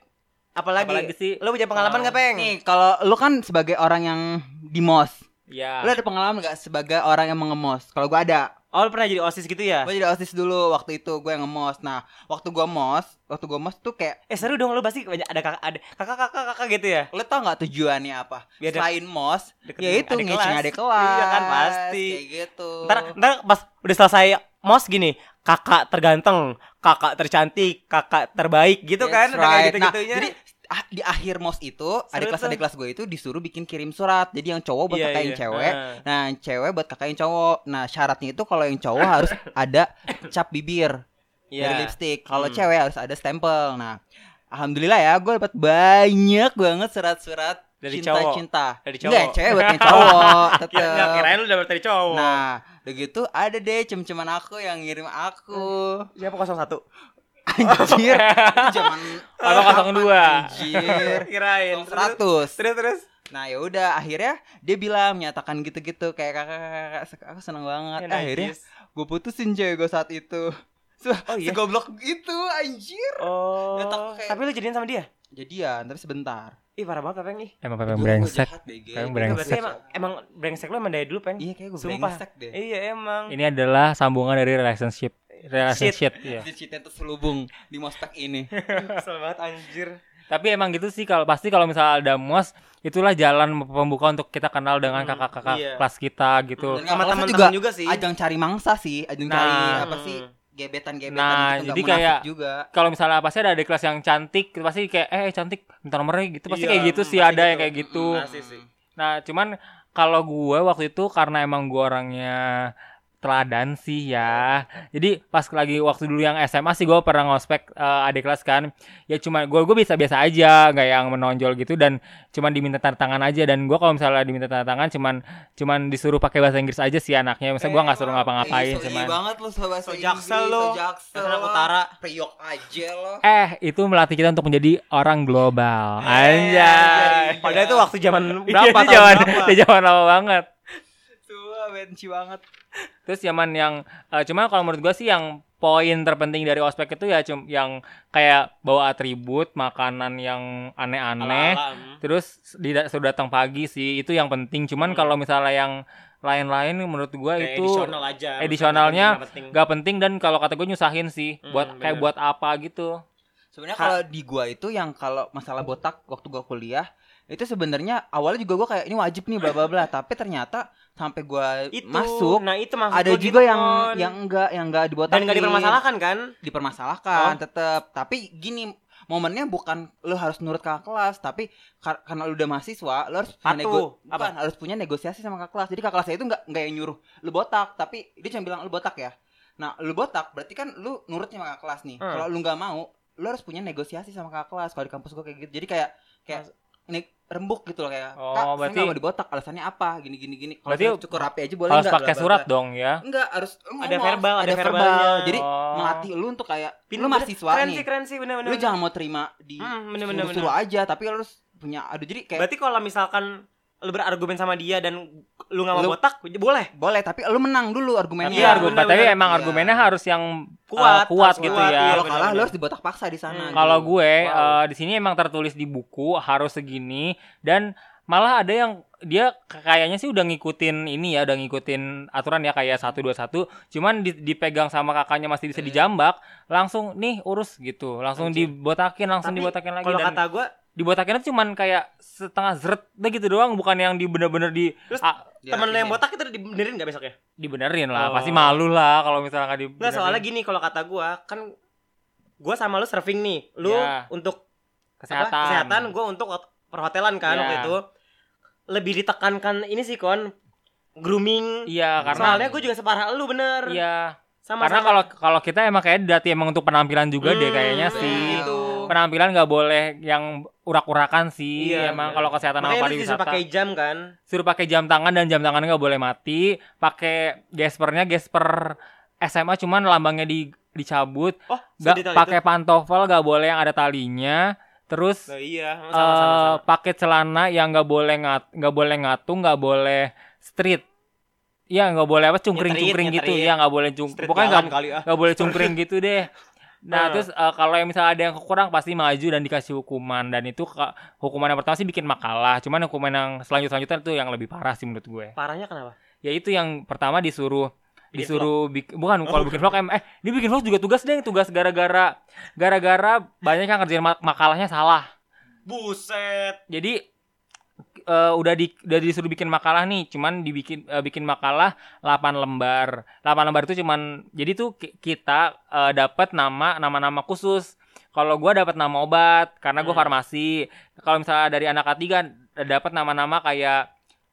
apalagi, Apalagi sih? lo punya pengalaman nggak peng Nih, kalau lu kan sebagai orang yang di mos, Ya. lu ada pengalaman gak sebagai orang yang mengemos? Kalau gua ada, oh lo pernah jadi osis gitu ya gue jadi osis dulu waktu itu gue yang ngemos. Nah, waktu gue mos, waktu gue mos tuh kayak eh seru dong lo pasti banyak ada kakak ada kakak kakak kakak gitu ya lo tau gak tujuannya apa? Biar dek- Selain mos, deketin ya itu adik ngeceng kelas. ada kelas. Iya kan, pasti. Kayak gitu. ntar ntar pas udah selesai mos gini kakak terganteng kakak tercantik kakak terbaik gitu kan ada That's kayak right. gitu Nah, gitunya jadi ah, di akhir mos itu ada kelas tuh. ada kelas gue itu disuruh bikin kirim surat. Jadi yang cowok buat Iya, kakain iya. cewek, Ah. nah yang cewek buat kakain cowok. Nah, syaratnya itu kalau yang cowok harus ada cap bibir Iya. dari lipstick. Kalau Hmm. cewek harus ada stempel. Nah, alhamdulillah ya, gue dapat banyak banget surat-surat Dari cowok. cinta-cinta. Dari Enggak, cowok. cewek buat yang cowok. Kira- nggak, tetep. kirain lu udah dari cowok eh, Nah, udah gitu ada deh cem-ceman aku yang ngirim aku. siapa 01 Anjir, itu zaman Apa Iya. 02? Anjir. kirain Song 100. terus terus Nah, ya udah akhirnya dia bilang menyatakan gitu-gitu kayak kakak-kakak aku seneng banget. Ya, Nah, akhirnya najis. gue putusin cewek gue saat itu. Se Oh, iya? segoblok itu anjir. oh Nggak tahu kayak- tapi lu jadian sama dia Jadian, tapi sebentar. ih parah banget peng ih Emang paling Dulu gua brengsek. jahat, BG. Emang Itu Brengsek. berarti emang emang brengsek lu emang dari dulu peng Iya, kayak gue Sumpah. brengsek deh. iya emang Ini adalah sambungan dari relationship. Relationship ya. Di Citen terselubung di Mospek ini. kesel banget anjir Tapi emang gitu sih kalau pasti kalau misalnya ada mos itulah jalan pembuka untuk kita kenal dengan Hmm, kakak-kakak iya. Hmm. kelas kita gitu. Dan sama kalau teman-teman juga- juga, sih Hmm. Ajang cari mangsa sih, ajang Nah. cari apa sih? Gebetan-gebetan Nah, gitu nggak jadi munafik kayak- juga. Kalau misalnya pasti ada adik kelas yang cantik, pasti kayak eh cantik minta nomornya gitu. Pasti Iya, kayak gitu hmm, sih pasti ada yang gitu. kayak gitu. Hmm, pasti sih. Nah, cuman kalau gue waktu itu karena emang gue orangnya teladan sih ya. Jadi pas lagi waktu dulu yang SMA sih gue pernah ngospek eh, adik kelas kan. Ya cuman gue gue bisa biasa aja, nggak yang menonjol gitu dan cuman diminta tanda tangan aja dan gue kalau misalnya diminta tanda tangan cuman cuman disuruh pakai bahasa Inggris aja sih anaknya. Misalnya gue nggak Eh, suruh ngapa-ngapain Ih, so cuman. Iya banget lu sobat bahasa So jaksel Inggris, lu. so jaksel Anak lo. utara. Priok aja lo. Eh, itu melatih kita untuk menjadi orang global. Anjay. anjay. Padahal Eh, itu waktu zaman Iya, Berapa berapa itu tahun zaman, berapa? itu zaman lama banget. Tua benci banget. Terus zaman yang eh, cuma kalau menurut gua sih yang poin terpenting dari ospek itu ya cum yang kayak bawa atribut, makanan yang aneh-aneh. Alam. Terus di sudah datang pagi sih itu yang penting. Hmm. Cuman kalau misalnya yang lain-lain menurut gua Kayak itu additional aja. additionalnya Nggak penting. gak penting dan kalau kata gue nyusahin sih Hmm, buat kayak bener. buat apa gitu. Sebenarnya Ha. kalau di gua itu yang kalau masalah botak waktu gua kuliah itu sebenarnya awalnya juga gua kayak ini wajib nih bla bla bla tapi ternyata sampai gua Itu, masuk Nah, itu maksud ada gua juga gitu, yang Mon. yang enggak yang enggak dibotakin dan nggak dipermasalahkan kan? Oh. dipermasalahkan tetap tapi gini momennya bukan lo harus nurut kakak kelas tapi kar- karena lo udah mahasiswa lo harus punya Patuh. nego- bukan, Apa? harus punya negosiasi sama kakak kelas jadi kakak kelas saya itu nggak nggak yang nyuruh lo botak tapi dia cuma bilang lo botak ya nah lo botak berarti kan lo nurutnya sama kakak kelas nih Hmm. kalau lo nggak mau lo harus punya negosiasi sama kakak kelas kalau di kampus gue kayak gitu jadi kayak kayak nih rembuk gitu loh kayak Oh, kak berarti- saya nggak mau dibotak alasannya apa gini gini gini kalau Berarti saya cukur rapi aja boleh Harus nggak? pakai Bla, bla, surat bla. dong ya. Enggak, harus Ada ngomong. verbal, ada verbal. verbalnya. Jadi Oh. melatih lu untuk kayak lu Pinter. mahasiswa keren nih sih, keren sih, bener-bener. lu jangan mau terima di Hmm, bener, bener, suruh, suruh aja tapi lu harus punya aduh jadi kayak Berarti kalau misalkan lu berargumen sama dia dan lu nggak mau Lu- botak, boleh. boleh tapi lu menang dulu argumennya Iya, argumen, bener, tapi bener. emang Iya. argumennya harus yang Ah, Kuat, eh, kuat harus gitu kuat, ya. iya. kalau kalah benar-benar. lu harus dibotak paksa di sana Hmm. gitu. Kalau gue Wow. eh, di sini emang tertulis di buku harus segini dan malah ada yang dia kayaknya sih udah ngikutin ini ya, udah ngikutin aturan ya kayak 121, cuman di- dipegang sama kakaknya masih bisa dijambak, langsung nih urus gitu. Langsung Iya, Anjir. dibotakin, langsung Tapi dibotakin lagi Kalau dan kata gua, dibotakin itu cuman kayak setengah zret udah gitu doang, bukan yang di bener-bener di Terus- ah, Iya, temen lu yang iya. botak itu dibenerin nggak besoknya? dibenerin lah. Oh. Pasti malu lah kalau misalnya nggak Nggak, dibenerin. soalnya gini kalau kata gua, kan gua sama lu surfing nih. Lu Iya. untuk kesehatan. Apa? kesehatan gue untuk hot- perhotelan kan Iya. waktu itu lebih ditekankan ini sih kon grooming Iya, karena soalnya gue juga separah lu bener iya sama Karena kalau kalau kita emang kayak dati emang untuk penampilan juga deh kayaknya Hmm, sih. itu gitu. penampilan nggak boleh yang urak-urakan sih. Iya, Emang bener. kalau kesehatan sama Makanya lu disuruh pariwisata pakai jam kan? suruh pakai jam tangan dan jam tangannya nggak boleh mati pakai gespernya gesper SMA cuman lambangnya di dicabut Oh, sedetail itu. nggak pakai pantofel nggak boleh yang ada talinya terus Nah, iya, eh, sama sama. sama. pakai celana yang nggak boleh ngat nggak boleh ngatung nggak boleh street ya nggak boleh apa cungkring cungkring Nyetrit, gitu nyetrit. ya nggak boleh cung Street pokoknya jalan nggak kali ah. nggak boleh cungkring gitu deh Nah. nah terus eh, kalau yang misalnya ada yang kurang pasti maju dan dikasih hukuman dan itu ke- hukuman yang pertama sih bikin makalah cuman hukuman yang selanjut selanjutnya itu yang lebih parah sih menurut gue Parahnya kenapa? yaitu yang pertama disuruh Bikin disuruh bik- bukan kalau Oh. bikin vlog em eh dia bikin vlog juga tugas deh tugas gara-gara gara-gara banyak yang kerjain ma- makalahnya salah Buset. jadi eh, udah di udah disuruh bikin makalah nih cuman dibikin eh, bikin makalah 8 lembar 8 lembar itu cuman jadi tuh ki- kita eh, dapat nama nama-nama khusus kalau gua dapat nama obat karena gua Hmm. farmasi kalau misalnya dari anak ketiga dapat nama-nama kayak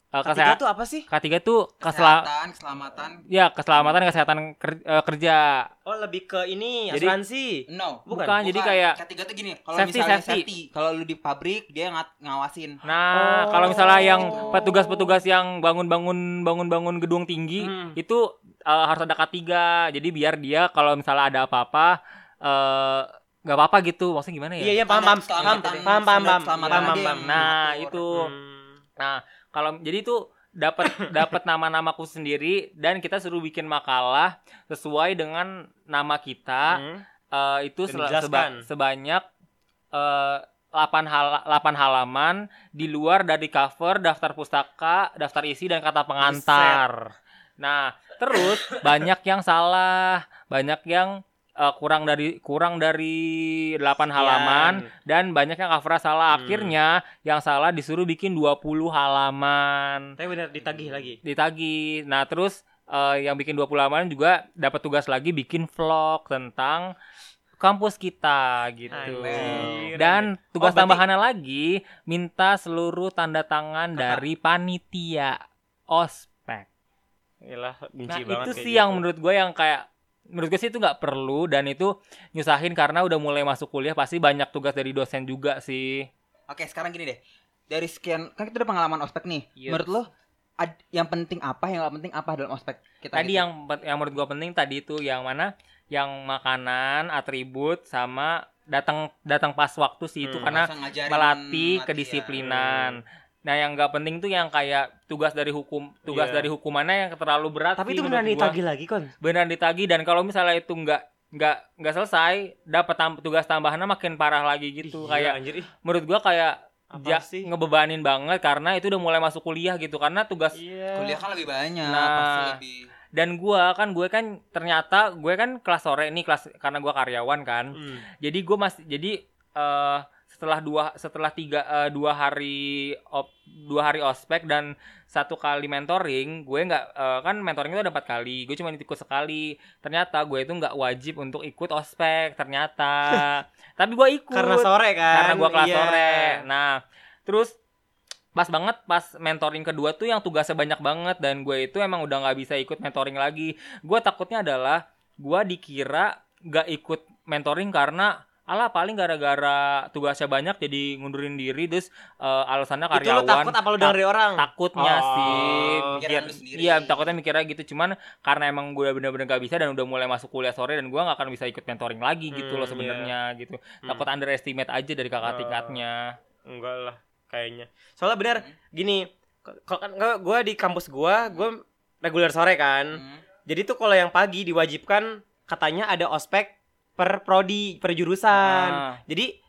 eh, Ketiga kesehatan tuh apa sih? ketiga tuh kesela Kesehatan, keselamatan. ya keselamatan kesehatan ker- eh, kerja Oh, lebih ke ini Jadi- asuransi. No. Bukan. bukan, jadi kayak ketiga tuh gini, kalau Safety, misalnya safety. safety, kalau lu di pabrik dia ngat- ngawasin. Nah, Oh. kalau misalnya yang petugas-petugas yang bangun-bangun bangun-bangun gedung tinggi Hmm. itu eh, harus ada K3. Jadi biar dia kalau misalnya ada apa-apa eh nggak apa-apa gitu. Maksudnya gimana ya? Iya, iya, paham, paham, Standar paham, keselamatan- paham, paham, standar paham, paham, keselamatan dia paham, yang paham. Nah, ngatur. itu Hmm. kalau jadi itu dapat dapat nama-namaku sendiri dan kita suruh bikin makalah sesuai dengan nama kita. Hmm. Eh, itu Dan sel- seba- dijelaskan. sebanyak eh 8 hal 8 halaman di luar dari cover, daftar pustaka, daftar isi dan kata pengantar. Nah, terus banyak yang salah, banyak yang eh, kurang dari kurang dari 8 halaman Iya, dan banyak yang cover salah. Hmm. Akhirnya yang salah disuruh bikin 20 halaman Tapi benar ditagih lagi. ditagi. Nah, terus eh, yang bikin 20 halaman juga dapat tugas lagi bikin vlog tentang kampus kita gitu. Anjir. Dan tugas Oh, berarti- tambahannya lagi minta seluruh tanda Kakak. tangan dari panitia ospek. Iyalah, benci Nah, banget itu kayak sih yang gitu. menurut gue yang kayak menurut gue sih itu nggak perlu dan itu nyusahin karena udah mulai masuk kuliah pasti banyak tugas dari dosen juga sih. Oke, sekarang gini deh. Dari sekian kan kita udah pengalaman ospek nih. Yes. Menurut lu ad- yang penting apa, yang gak penting apa dalam ospek Nah, kita? tadi gitu? yang pe- yang menurut gua penting tadi itu yang mana yang makanan atribut sama datang datang pas waktu sih itu Hmm. karena Langsung ngajarin melatih ya. latihan. kedisiplinan nah yang nggak penting tuh yang kayak tugas dari hukum tugas Iya. dari hukumannya yang terlalu berat Tapi sih itu benar menurut gua. ditagih lagi kon. beneran ditagi dan kalau misalnya itu nggak nggak nggak selesai dapat tam- tugas tambahannya makin parah lagi Ih, gitu kayak gila, anjir ih. menurut gua kayak Iya. Apa ja- sih? ngebebanin banget karena itu udah mulai masuk kuliah gitu karena tugas Iya. Kuliah kan lebih banyak, Nah. pasti lebih. dan gua kan gue kan ternyata gue kan kelas sore nih kelas karena gua karyawan kan Hmm. jadi gue masih jadi eh setelah dua setelah tiga eh, dua hari op- dua hari ospek dan satu kali mentoring gue nggak eh, kan mentoring itu ada empat kali gue cuma ikut sekali ternyata gue itu nggak wajib untuk ikut ospek ternyata tapi gue ikut Karena sore kan. karena gua kelas Iya. sore. Nah, terus pas banget pas mentoring kedua tuh yang tugasnya banyak banget dan gue itu emang udah nggak bisa ikut mentoring lagi. Gue takutnya adalah gue dikira nggak ikut mentoring karena ala paling gara-gara tugasnya banyak jadi ngundurin diri terus eh, alasannya Itu lu karyawan takut apa lu Tak- dari orang? takutnya Oh. sih Pikiran Biar- lu sendiri. iya takutnya mikirnya gitu cuman karena emang gue bener-bener gak bisa dan udah mulai masuk kuliah sore dan gue gak akan bisa ikut mentoring lagi gitu Hmm, loh sebenarnya gitu Hmm. takut underestimate aja dari kakak Oh. tingkatnya Enggak lah, kayaknya. Soalnya benar gini, kalau kan gue di kampus gua, gua reguler sore kan. Hmm. Jadi tuh kalau yang pagi diwajibkan katanya ada ospek per prodi, per jurusan. Ah, Jadi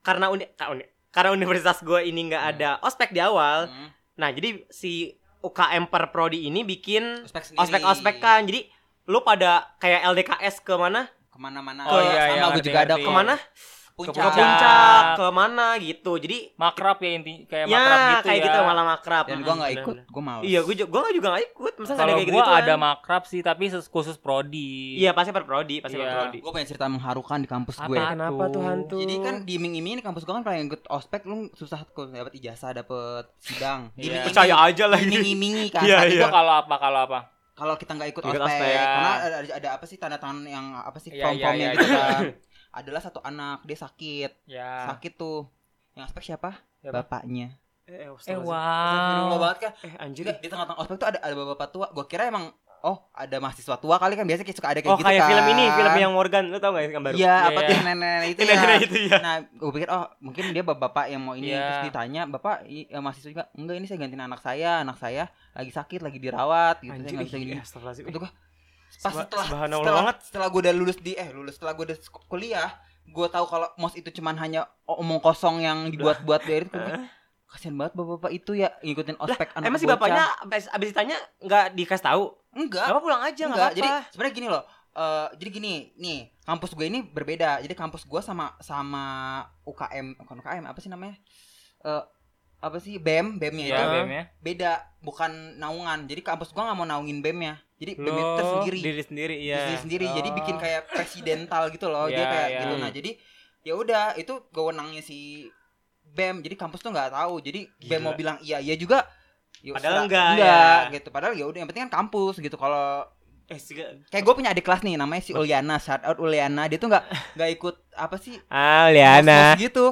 karena uni, ka- uni- karena universitas gua ini Hmm. nggak ada ospek di awal. Hmm. Nah, jadi si UKM per prodi ini bikin Ospek sendiri. ospek-ospek kan. Jadi lu pada kayak LDKS ke mana? Kemana-mana. Oh, iya, iya, Sama gue ngerti, juga ada ngerti. Kemana? Puncak. Ke puncak, ke mana gitu. Jadi makrab ya inti kayak ya makrab gitu kayak ya gitu malah makrab Dan Mm, gue nggak bener, ikut, bener. gue males. iya gue juga gue juga nggak ikut masa nggak ada kalau kayak gue gitu ada makrab sih tapi ses- khusus prodi iya pasti per prodi pasti per Iya. prodi Gue punya cerita mengharukan di kampus Apa? gue. Kenapa tuh hantu? Jadi kan di iming iming di kampus gue kan paling ikut ospek lu susah tuh dapat ijazah, dapat sidang. Di Iya. percaya aja lah iming ini imingi kan. Iya, Tapi itu iya. gua- kalau apa kalau apa Kalau kita nggak ikut Ikut ospek, ospek. karena ada, ada apa sih tanda tangan yang apa sih Iya, pom pomnya iya, iya, gitu iya. kan. adalah satu anak dia sakit Ya. sakit tuh yang ospek siapa Siapa? bapaknya Eh, Eh astagfirullah. Astagfirullah wow. banget kan eh anjir. Enggak, di tengah-tengah ospek tuh ada ada bapak tua gue kira emang oh ada mahasiswa tua kali kan biasanya kayak suka ada kayak oh, gitu kayak kan film ini, film yang Morgan, lu tau gak yang baru? Iya, apa Iya, tuh iya. nenek-nenek itu Ini ya. akhirnya itu ya. Nah, gue pikir oh mungkin dia bapak-bapak yang mau ini Iya. terus ditanya bapak i- eh, mahasiswa juga enggak ini saya gantiin anak saya, anak saya lagi sakit, lagi dirawat gitu. Anjir, saya nggak bisa gini. iya, astagfirullahaladzim. Itu gua- Pas Subha- setelah subhanallah setelah, banget. setelah gue udah lulus di eh lulus setelah gue udah sek- kuliah, gue tahu kalau mos itu cuman hanya omong kosong yang dibuat-buat dari itu. Gua pikir, Kasian banget bapak-bapak itu ya ngikutin ospek anak Eh? Emang si bocah." bapaknya abis, abis ditanya nggak dikasih tahu? enggak Bapak pulang aja nggak Enggak, apa-apa. jadi sebenarnya gini loh. Eh, jadi gini, nih kampus gue ini berbeda. Jadi kampus gue sama sama UKM, bukan UKM, apa sih namanya? Eh apa sih E BEM, BEM-nya Ya, itu Iya. Bem ya. beda, bukan naungan. Jadi kampus gue nggak mau naungin BEM-nya. Jadi BEM itu Loh, tersendiri, diri sendiri Oh, iya. sendiri, sendiri. Jadi Oh. bikin kayak presidental gitu loh. dia Iya, kayak iya. gitu. Nah, jadi ya udah itu wewenangnya si BEM. Jadi kampus tuh nggak tahu. Jadi BEM Gila. mau bilang iya iya juga. Yuk, Padahal serah- enggak, ya. gitu. Padahal ya udah yang penting kan kampus gitu. Kalau Eh, siga- Kayak gue punya adik kelas nih namanya si Uliana, shout out Uliana. Dia tuh nggak nggak ikut apa sih? Ah, Liana. mos-mos gitu.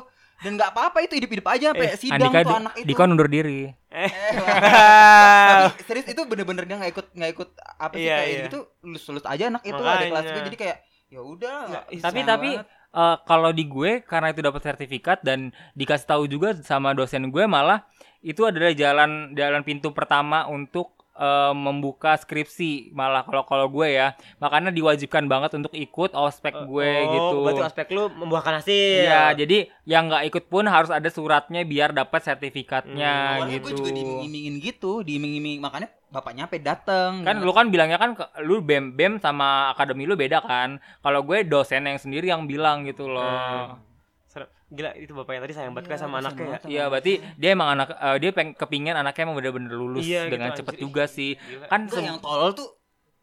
Dan nggak apa-apa itu hidup-hidup aja sampai sidang Eh, Andika tuh di- anak itu. Dika undur diri. Eh, wah. Ah. Tapi serius itu bener-bener dia nggak ikut nggak ikut apa sih Iya, kayak iya. gitu lulus-lulus aja anak itu adik kelas Makanya. gue jadi kayak ya udah Nggak, ih, Tapi sayang tapi banget. eh, kalau di gue karena itu dapat sertifikat dan dikasih tahu juga sama dosen gue malah itu adalah jalan jalan pintu pertama untuk eh, membuka skripsi malah kalau kalau gue ya makanya diwajibkan banget untuk ikut ospek gue oh, gitu. Berarti aspek lu membuahkan hasil. Iya, jadi yang nggak ikut pun harus ada suratnya biar dapat sertifikatnya Awalnya Hmm, gitu. oh, gue juga diiming-imingin gitu, diiming-iming makanya bapaknya sampai dateng. gitu. Kan lu kan bilangnya kan ke- lu bem bem sama akademi lu beda kan. Kalau gue dosen yang sendiri yang bilang gitu loh. Hmm. Serem. Gila, itu bapaknya tadi sayang banget kan Iya, sama anaknya ya. sama Iya, anaknya. berarti dia emang anak eh, dia peng kepingin anaknya emang bener-bener lulus Iya, gitu, dengan anjir. cepet juga sih. Gila. Iya, Kan Enggak, sem- yang tolol tuh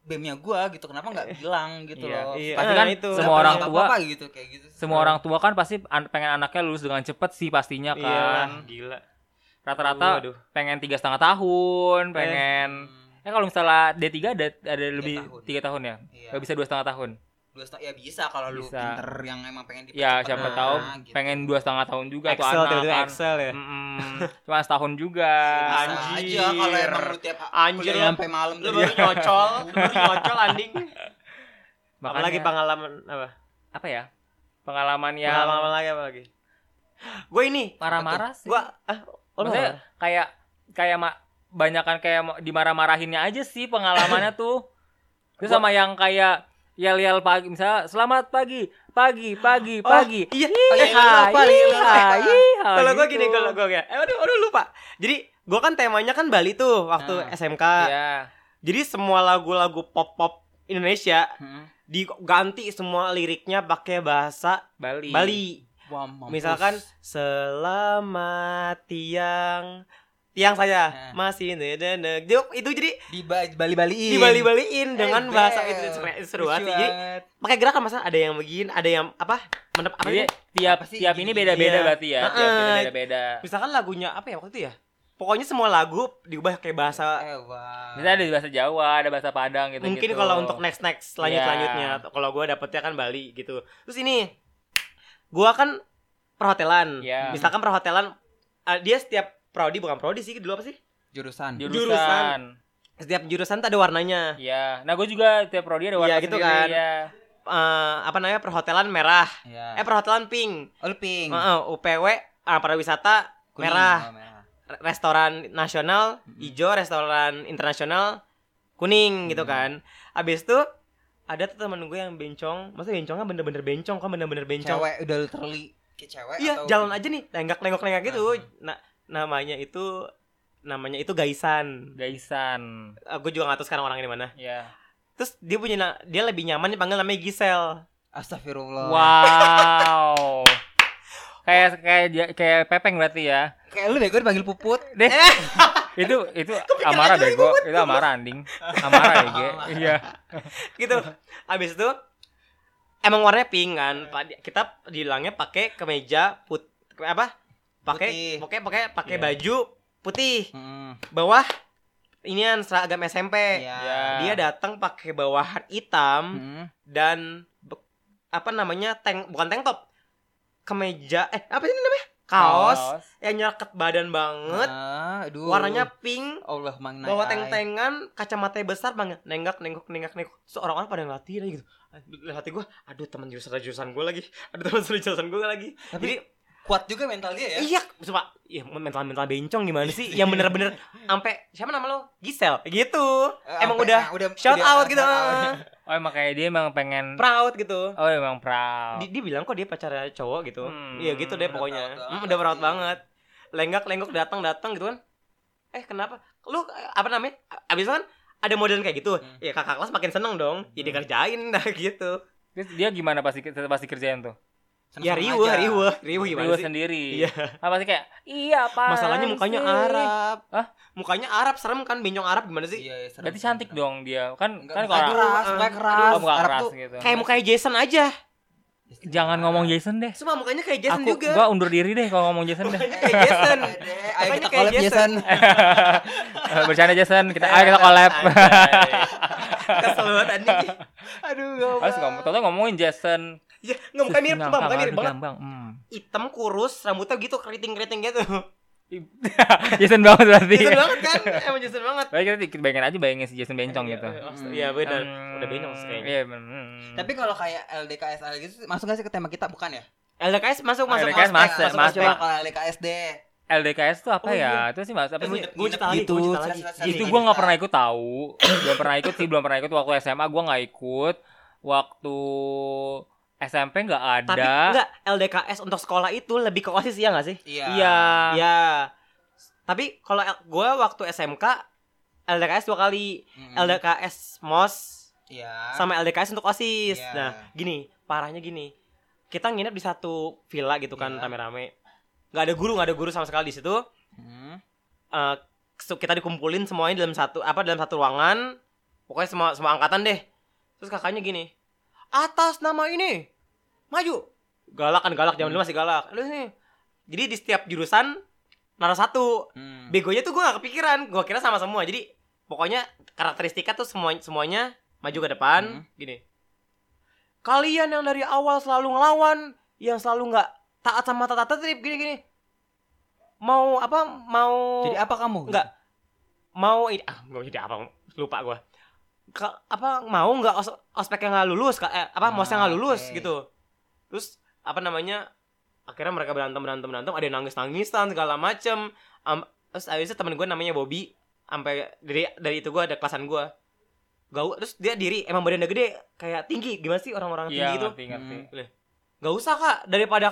BEM-nya gue gitu, kenapa nggak bilang gitu Iya, loh. iya. pasti Ah, kan itu. semua orang tua apa gitu kayak gitu. semua orang tua kan pasti an- pengen anaknya lulus dengan cepet sih pastinya Iya, lah, kan. gila. Rata-rata Aduh, aduh. pengen tiga setengah tahun, Hmm, pengen Eh kalau misalnya D3 ada ada lebih tahun. tiga tahun ya? Iya. Gak bisa dua setengah tahun. dua setengah ya bisa kalau lu Bisa. pinter yang emang pengen dipercepat Ya siapa nah, tahu gitu. pengen dua setengah tahun juga tuh Excel, anak tiba-tiba kan. Excel ya. Mm-mm. Cuma setahun juga. bisa Anjir. aja kalau emang lu tiap ha- Anjir, kuliah lu- sampai malam Lu tuh baru Iya. ya. nyocol, lu baru nyocol anjing. Makanya, Apalagi pengalaman apa? apa ya? Pengalaman yang Pengalaman lagi apa lagi? Gue ini, marah-marah sih. gue ah, oh, lu Maksudnya marah? kayak kayak ma- banyakan kayak ma- dimarah-marahinnya aja sih pengalamannya tuh. Terus sama yang kayak yel-yel pagi misalnya selamat pagi, pagi, pagi, Oh, pagi. iya, gitu. iya. Oh, iya, iya, lupa, iya, lupa. Ah, Kalau gue gini, kalau gue kayak, eh, aduh, aduh lupa. Jadi gue kan temanya kan Bali tuh waktu Ah, SMK. Iya. Jadi semua lagu-lagu pop-pop Indonesia Hmm. diganti semua liriknya pakai bahasa Bali. Bali. Wah, mampus. Misalkan selamat tiang tiang saya Ah. Nah. masih nenek Jadi, itu jadi di Bali Baliin dibali-baliin dengan bahasa itu seru- seru banget. sih. Jadi pakai gerakan masa ada yang begini, ada yang apa? Mendep apa sih? Jadi tiap Apa sih? tiap ini beda-beda Iya. berarti ya. Tiap ini Heeh. beda-beda. Misalkan lagunya apa ya waktu itu ya? Pokoknya semua lagu diubah kayak bahasa Eh, Misalnya ada bahasa Jawa, ada bahasa Padang gitu mungkin kalau untuk next next lanjut lanjutnya. Kalau gua dapetnya kan Bali gitu. Terus ini gua kan perhotelan. Iya. Misalkan perhotelan eh, dia setiap prodi bukan prodi sih dulu apa sih? jurusan jurusan. jurusan. Setiap jurusan tuh ada warnanya. Iya. Nah, gue juga tiap prodi ada warna Iya, gitu sendiri, kan. ya. Eh, apa namanya? Perhotelan merah. ya Eh perhotelan pink. Eh, Olping Heeh, UPW ah, pariwisata Oh, Kuning. merah. Oh, merah Re- restoran nasional Mm-mm. hijau, restoran internasional kuning gitu Hmm. kan. Abis itu ada tuh temen gue yang bencong, maksudnya bencongnya bener-bener bencong, kok bener-bener bencong. cewek udah literally kayak cewek Iya, atau- jalan aja nih, lenggak-lenggok-lenggak gitu. Ah. Nah, namanya itu namanya itu Gaisan. Gaisan. Eh, gue juga gak tahu sekarang orangnya di mana. Iya. Terus dia punya na- dia lebih nyaman dipanggil namanya Gisel. astagfirullah Wow. kayak kayak dia- kayak Pepeng berarti ya. kayak lu bego dipanggil puput Deh. itu itu amarah bego. Itu amarah anjing. Amarah ya, Ge. Iya. gitu. Abis itu emang warnanya pink kan. Pa- Kita bilangnya pakai kemeja put apa? Pakai Putih. pakai pakai pakai Iya. baju putih. Hmm, Bawah inian seragam SMP. iya. Iya. Dia datang pakai bawahan hitam Hmm. dan be- apa namanya tank bukan tank top kemeja eh apa sih ini namanya kaos, yang nyeleket badan Nah. banget Aduh. warnanya pink Allah mengenai. bawa teng-tengan kacamata besar banget nenggak nengok nengok nengok so orang orang pada ngeliatin aja gitu Dalam hati gue aduh teman jurusan jurusan gue lagi aduh teman jurusan gue lagi Tapi- jadi Kuat juga mental dia ya. Iya, coba ya mental mental bencong gimana sih? Yang bener-bener sampai siapa nama lo? Gisel, gitu. Eh, Emang sampai- udah ah, udah Shout udah- out gitu, shout out. Oh emang kayak dia emang pengen proud gitu. Oh emang proud. Di- dia bilang kok dia pacarnya cowok gitu. Hmm, Iya gitu deh udah pokoknya. proud Hmm, banget udah proud sih. banget. Lenggak lenggok datang datang gitu kan. Eh kenapa? Lu eh, apa namanya? A- Abis itu kan ada model kayak gitu. Hmm. Ya kakak kelas makin seneng dong. Ya dikerjain dah gitu. Terus dia gimana pasti pasti kerjain tuh? Seneng-seneng Ya riuh, aja. riuh, riuh gimana Riwa sih? sendiri. Iya. Ah, pasti kayak iya pak. Masalahnya mukanya Arab. Hah? Mukanya Arab serem kan bencong Arab gimana sih? Iya, iya, serem. Berarti cantik dong dia. Kan Enggak, kan mukanya kalau keras, mukanya keras. Oh, muka Arab keras tuh gitu. Kayak mukanya Jason aja. Jangan ngomong Jason deh. Eh, Semua mukanya kayak Jason Aku juga. gua undur diri deh kalau ngomong Jason deh. Mukanya kayak Jason. Dede, Ayo Makanya kita kayak collab Jason. Jason. Eh, Bercanda Jason, kita ayo kita collab. Anjay. Kesel banget anjing. Aduh, goblok. Harus ngomong, tau ngomongin Jason. Ya, nggak mukanya mirip, Terus Bang. Mukanya nyangka, mirip aduh, banget. Gambang. Hmm. Hitam kurus, rambutnya gitu keriting-keriting gitu. Jason banget berarti. Jason banget kan? Emang Jason banget. Baik kita dikit bayangin aja bayangin si Jason bencong gitu. Iya, beda. Hmm, Udah bencong sih kayaknya. Iya, bener. Tapi kalau kayak LDKSL gitu masuk gak sih ke tema kita bukan ya? LDKS masuk masuk LDKS ospek, masuk, Coba masuk. coba kalau LDKS deh. LDKS tuh apa Oh, ya? Itu sih mas, apa sih? Gue cerita lagi, Gitu, gue cerita lagi. cerita- itu Sering gua nggak kita- pernah Iya. ikut tahu belum pernah ikut sih belum pernah ikut waktu SMA gua nggak ikut waktu SMP nggak Tapi ada enggak, LDKS untuk sekolah itu lebih ke OSIS ya nggak sih? Iya. iya Iya. Tapi kalau L- gue waktu SMK LDKS dua kali, Mm-mm. Hmm. LDKS MOS Iya. sama LDKS untuk OSIS. Iya. Nah, gini, parahnya gini. Kita nginep di satu villa gitu kan Iya. rame-rame. nggak ada guru, nggak ada guru sama sekali di situ. Hmm. Eh, su- kita dikumpulin semuanya dalam satu apa dalam satu ruangan. Pokoknya semua semua angkatan deh. Terus kakaknya gini. Atas nama ini. Maju. Galak kan galak, zaman dulu masih galak. Terus nih. Jadi di setiap jurusan naruh satu Hmm. begonya tuh gue gak kepikiran gue kira sama semua jadi pokoknya karakteristika tuh semua semuanya maju ke depan Hmm. gini kalian yang dari awal selalu ngelawan yang selalu nggak taat sama tata tertib gini gini mau apa mau Jadi apa kamu? Enggak. mau ini ah gak jadi apa lupa gue apa mau nggak os, ospek yang nggak lulus Ka- eh, apa Ah, mos yang nggak lulus oke. gitu terus apa namanya akhirnya mereka berantem berantem berantem ada yang nangis nangisan segala macem Am- terus abis itu temen gue namanya Bobby sampai dari dari itu gue ada kelasan gue gaul terus dia diri emang badannya gede kayak tinggi gimana sih orang-orang iya tinggi itu ngerti ngerti Hmm. nggak usah kak daripada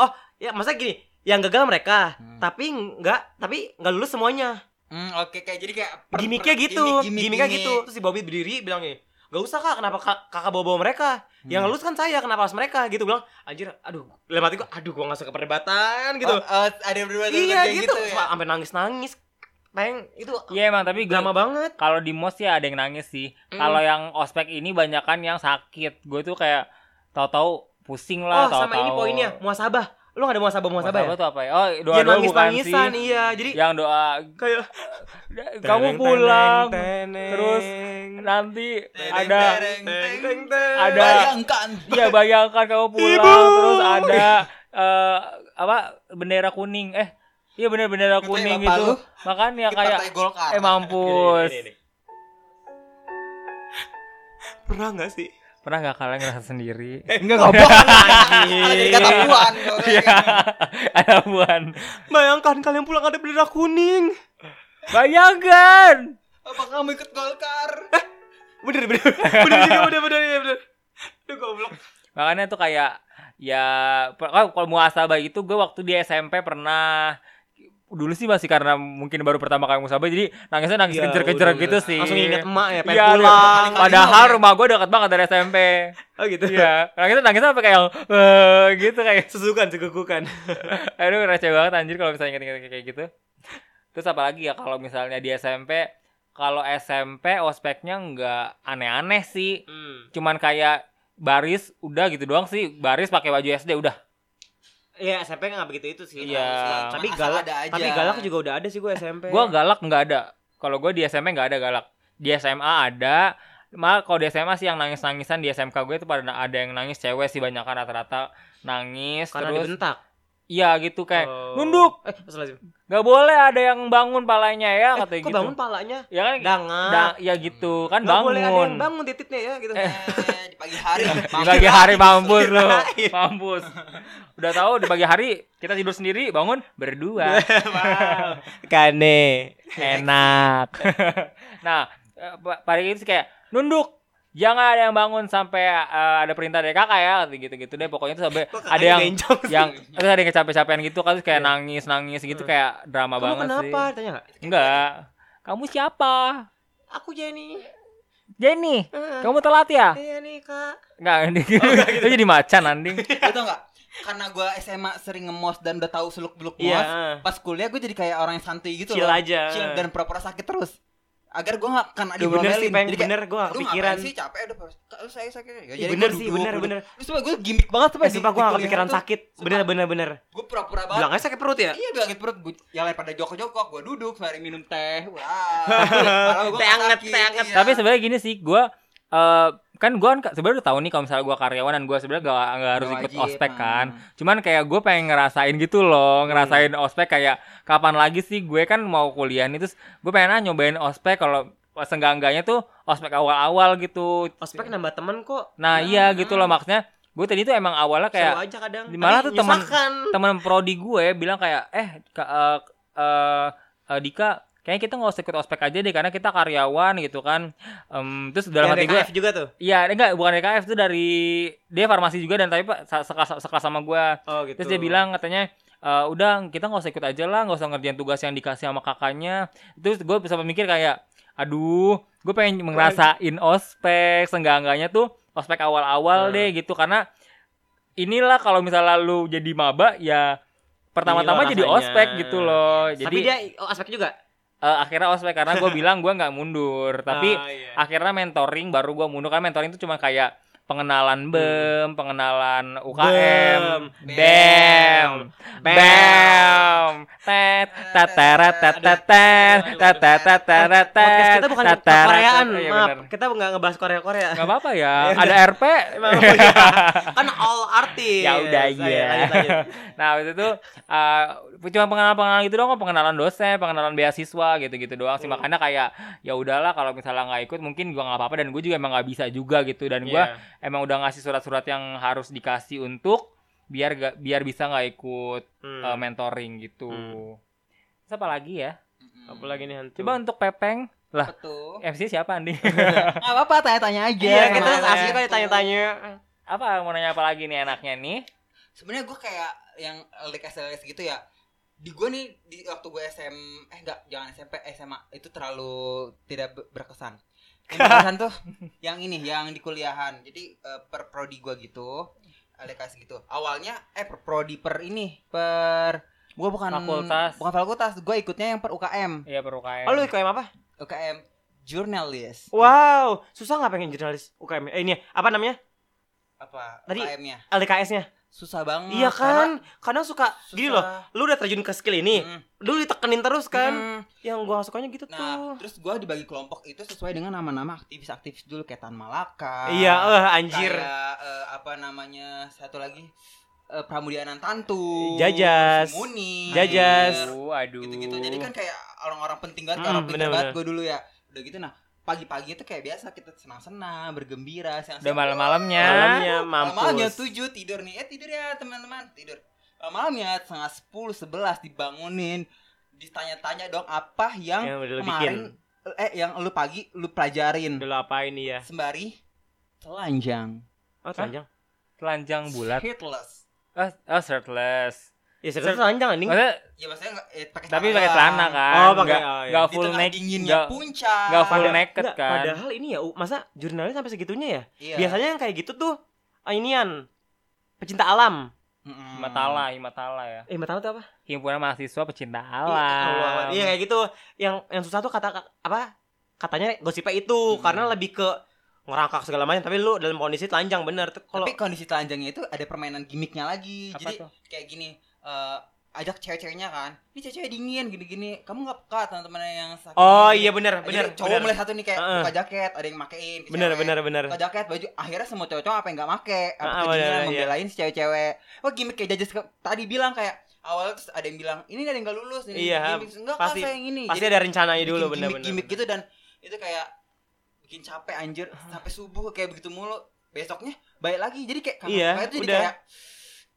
oh ya masa gini yang gagal mereka Hmm. tapi nggak tapi nggak lulus semuanya Hmm, oke kayak jadi kayak per- gimmicknya per- gitu gimmick, gimmicknya gimmick. gitu terus si Bobby berdiri bilang gini gak usah kak kenapa kak- kakak bawa bawa mereka yang Hmm. lulus kan saya kenapa harus mereka gitu bilang anjir aduh dalam hati gua aduh gua gak suka perdebatan gitu Oh, oh, ada yang berdua iya kayak gitu, Wah, ya. sampai nangis nangis peng itu eh, iya emang tapi drama gue banget kalau di mos ya ada yang nangis sih Mm. kalau yang ospek ini banyakan yang sakit gue tuh kayak tahu-tahu pusing oh lah tahu-tahu sama ini poinnya muasabah lu gak ada muasabah muasabah ya tuh apa ya oh doa dia doa nangis bukan sih Ya. nangisan iya jadi yang doa kayak kamu pulang terus teneng, nanti Teng, ada teng, teng, teng. teneng, teneng. ada- Bayangkan. Iya bayangkan kamu pulang Ibu. terus ada eh, apa bendera kuning eh iya bener bendera Itu kuning yang apa lu? gitu makanya Di kayak Partai Golkar. eh mampus Ini, ini, ini. pernah gak sih pernah nggak kalian ngerasa sendiri Eh, Enggak oh, goblok. Ada kata puan. gua Iya. kayak- Iya, gitu. ada buan Bayangkan kalian pulang ada bendera kuning. bayangkan Apa kamu ikut Golkar? Bener bener bener juga bener bener bener. bener. Aduh goblok. makanya tuh kayak ya per- kalau kalau muasabah itu gue waktu di SMP pernah dulu sih masih karena mungkin baru pertama kali muasabah jadi nangisnya nangis Ya, kejer-kejer udah, gitu udah. sih Langsung inget emak ya pengen Iya, udah. pulang. Padahal rumah gue deket banget dari SMP. Oh gitu. Iya, nangisnya nangisnya sampai kayak eh, gitu kayak Sesukan segugukan. aduh receh banget anjir kalau misalnya inget-inget kayak gitu. Terus apalagi ya kalau misalnya di SMP kalau SMP ospeknya nggak aneh-aneh sih. Hmm. Cuman kayak baris udah gitu doang sih. Baris pakai baju SD udah. Iya SMP nggak begitu itu sih. Iya. Cuma Tapi Nah, asal galak. ada aja. Tapi galak juga udah ada sih gue SMP. Gua galak nggak ada. Kalau gue di SMP nggak ada galak. Di SMA ada. Malah kalau di SMA sih yang nangis-nangisan di SMK gue itu pada na- ada yang nangis cewek sih banyak kan rata-rata nangis Karena terus dibentak. iya gitu kayak Oh. nunduk Eh, astagfirullahaladzim. nggak boleh ada yang bangun palanya ya Eh, katanya kok gitu. bangun palanya? Ya kan Dangan. da- ya gitu kan Nggak bangun. boleh ada yang bangun titiknya ya gitu. Eh. Eh, di pagi hari Di pagi hari mampus lu, Kirain. mampus. Udah tahu di pagi hari kita tidur sendiri, bangun berdua. wow. Kane. Enak. nah, eh, pa- pada itu sih kayak nunduk. Jangan ada yang bangun sampai eh, ada perintah dari kakak ya gitu-gitu deh. Pokoknya tuh sampai Kok kakaknya ada yang Ya, genjong sih? Iya. yang terus ada yang kecapean-capean gitu kan terus kayak nangis-nangis gitu kayak Kamu drama banget kenapa? sih. Tanya nggak? Enggak. Kamu siapa? Aku Jenny. Jenny. Eh, Kamu telat ya? Iya nih kak. Enggak, gitu. itu jadi macan anjing. Lu tau gak? Karena gue SMA sering ngemos dan udah tahu seluk beluk mos. Iya. Pas kuliah gue jadi kayak orang yang santuy gitu Chill loh. aja. Chill dan pura-pura sakit terus. Agar gue gak kena Iya bener sih, diomelin. Peng. Jadi kayak, Bener, gue gak "Lu kepikiran. ngapain sih capek udah Kak, lu saya sakit. Ya, Iya, bener gua sih, duduk, bener, duduk. bener. Terus gue gimmick banget tuh Eh, sumpah gue gak kepikiran sakit. Bener, bener, bener. Gue pura-pura banget. Bilangnya sakit perut ya? Iya bilang gitu perut gue yang lain pada jokok-jokok gue duduk sembari minum teh. Wah. Padahal gua Teh nggak anget, sakit, teh anget. iya. Tapi sebenarnya gini sih, gua eh kan gue kan sebenarnya udah tahu nih kalau misalnya gue karyawan dan gue sebenarnya gak, gak harus Nggak ikut wajib, ospek nah. kan cuman kayak gue pengen ngerasain gitu Hmm. loh ngerasain ospek kayak kapan lagi sih gue kan mau kuliah nih terus gue pengen ah nyobain ospek kalau senggangganya tuh ospek awal-awal gitu Ospek nambah temen kok. nah Hmm, iya gitu hmm. loh maksudnya gue tadi tuh emang awalnya Seru kayak aja kadang. Di mana Tapi tuh temen- nyusahkan. teman prodi gue bilang kayak eh Ka- eh, eh, eh, Dika kayaknya kita nggak usah ikut ospek aja deh karena kita karyawan gitu kan Em, terus Ya, dalam Yang hati gue DKF juga tuh. Iya, enggak bukan DKF itu dari dia farmasi juga dan tapi Pak, sa- sekelas, sekelas sama gua. Oh gitu. Terus dia bilang katanya "Eh, udah kita nggak usah ikut aja lah, nggak usah ngerjain tugas yang dikasih sama kakaknya. Terus gue bisa mikir kayak, aduh, gue pengen ngerasain ospek, senggangganya tuh ospek awal-awal Hmm. deh gitu karena inilah kalau misalnya lu jadi maba ya pertama-tama Inilah jadi rasanya. ospek gitu loh. Jadi Tapi dia oh, ospek juga. eh, akhirnya ospek karena gue bilang gue nggak mundur, tapi Ah, iya. akhirnya mentoring baru gua mundur kan mentoring itu cuma kayak Hmm. pengenalan BEM, pengenalan UKM, E BEM, E BEM, tet, tateret, tateten, tateret, tateret, Podcast kita bukan tateret, Koreaan, iya maaf. bener. Kita nggak ngebahas Korea Korea. Nggak apa-apa ya, ada RP. kan all artis. Ya udah, iya. Lanjut, lanjut. Nah, waktu itu eh, cuma pengenalan-pengenalan gitu doang, pengenalan dosen, pengenalan beasiswa gitu-gitu doang Hmm. sih. Makanya kayak ya udahlah kalau misalnya nggak ikut mungkin gua nggak apa-apa dan gue juga emang nggak bisa juga gitu dan gua Iya. emang udah ngasih surat-surat yang harus dikasih untuk biar ga- biar bisa nggak ikut Hmm. eh, mentoring gitu. Hmm. Terus apa lagi ya? Apa lagi nih hantu? Coba untuk Pepeng lah Betul. MC siapa Andi? Nggak apa-apa tanya-tanya aja. Iya, kita Emang asli ya. kali tanya-tanya. Iya. apa mau nanya apa lagi nih enaknya nih? Sebenarnya gue kayak yang LDKS LDKS gitu ya. Di gue nih di waktu gue SM eh enggak jangan SMP SMA itu terlalu tidak be- berkesan. Yang berkesan tuh yang ini yang di kuliahan. Jadi eh, per prodi gue gitu LDKS gitu. Awalnya eh per prodi per ini per gue bukan Fakultas. bukan fakultas gue ikutnya yang per UKM Iya perlu kayak. Oh, lu UKM apa? UKM jurnalis Wow, susah nggak pengen jurnalis UKM? Eh ini apa namanya? apa Tadi- UKM-nya LDKS-nya. susah banget Hmm, Iya kan? Kadang suka Susah. gini loh. Lu udah terjun ke skill Hmm. ini, Mm. lu ditekenin terus kan? Mm. Yang gua gak sukanya gitu Nah, tuh. terus gua dibagi kelompok itu sesuai dengan nama-nama aktivis-aktivis dulu kayak Tan ah, Malaka. Iya, eh anjir. Kayak eh, apa namanya? Satu lagi eh, Pramudianan Tantu. Jajas. Sumuni. Jajas. Aduh, aduh. Gitu-gitu. Jadi kan kayak orang-orang penting banget, Hmm, orang pintar bener-bener. banget gua dulu ya. Udah gitu nah, pagi-pagi itu kayak biasa kita senang-senang, bergembira, udah siang-siang. malam-malamnya. Malamnya Malamnya mampus. tujuh tidur nih. Eh tidur ya teman-teman tidur. Malamnya setengah sepuluh sebelas dibangunin, ditanya-tanya dong apa yang Yang udah lu bikin. kemarin eh yang lu pagi lu pelajarin Udah lu apain ya? sembari telanjang, Oh, telanjang. Telanjang bulat. shirtless. Oh, oh shirtless. Ya serius telanjang anjing. Maksudnya, Ya maksudnya nggak eh, pakai tapi pakai celana kan? Oh, pakai- Nggak- oh, iya. nggak Di full tengah naked. dinginnya Nggak puncak. nggak full Padahal- naked Nggak, kan? Padahal ini ya, U- masa jurnalis sampai segitunya ya? Iya. Biasanya yang kayak gitu tuh ah, inian pecinta alam. Mm-mm. Himatala, Himatala ya. Eh, mata tuh apa? Himpunan mahasiswa pecinta Iya, Allah, alam. Iya kayak gitu. Yang yang susah tuh kata apa? Katanya gosipnya itu Hmm. karena lebih ke ngerangkak segala macam tapi lu dalam kondisi telanjang bener Tuh, kalau Tapi kondisi telanjangnya itu ada permainan gimmicknya lagi. Apa Jadi tuh? kayak gini eh ajak cewek-ceweknya kan ini cewek dingin gini-gini kamu nggak peka teman-teman yang sakit Oh Jadi iya benar, benar. cowok mulai ya, benar. satu nih kayak Heeh. buka jaket ada yang makein ke Benar, cewek. benar, benar. buka jaket baju akhirnya semua cowok-cowok apa yang nggak make apa Ah, kejadian benar, iya. membelain si cewek-cewek oh gimmick kayak judges ke- tadi bilang kayak awalnya terus ada yang bilang ini ada yang nggak lulus ini Iya, gimmick. enggak pasti- kan saya yang ini Pasti ada rencananya bikin dulu benar-benar. gimmick-gimmick gitu dan itu kayak bikin capek anjir Ah. sampai subuh kayak begitu mulu besoknya baik lagi jadi kayak kakak Iya, kakak itu jadi udah. kayak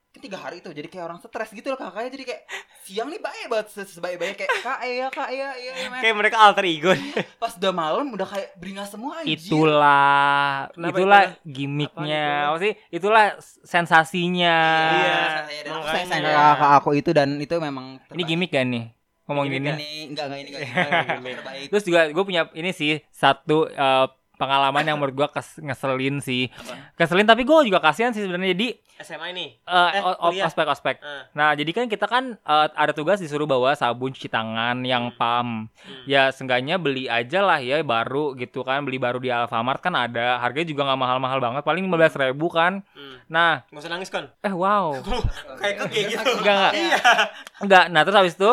kan tiga hari tuh jadi kayak orang stres gitu loh kakaknya jadi kayak siang nih baik banget se- sebaik-baiknya kayak kak iya kak iya iya iya, Mas." Kayak mereka alter ego. pas udah malam udah kayak beringas semua anjir Itulah, Kenapa itulah itulah? gimmicknya. Apaan itulah? Apa sih? Itulah sensasinya. gitu, Iya, saya- dan aku makanya. sayang kakak aku itu dan itu memang Ini gimmick Iya. kan nih? Ngomong Gimmick gini. ini enggak enggak ini enggak ini terbaik Terus juga gue punya ini sih satu eh, pengalaman yang menurut gue ngeselin sih. Keselin tapi gue juga kasihan sih sebenarnya. Jadi SMA ini. eh, Eh, o- o- kuliah. ospek-ospek. Eh, Nah, jadi kan kita kan eh, ada tugas disuruh bawa sabun cuci tangan yang Hmm. PAM. Hmm. Ya, seenggaknya beli aja lah ya baru gitu kan. Beli baru di Alfamart kan ada. Harganya juga nggak mahal-mahal banget. Paling 15 ribu kan. hmm. Nah, Nggak usah nangis kon. eh wow. Kayak kok kayak gitu. Enggak, enggak. Iya. Enggak. Nah, terus habis itu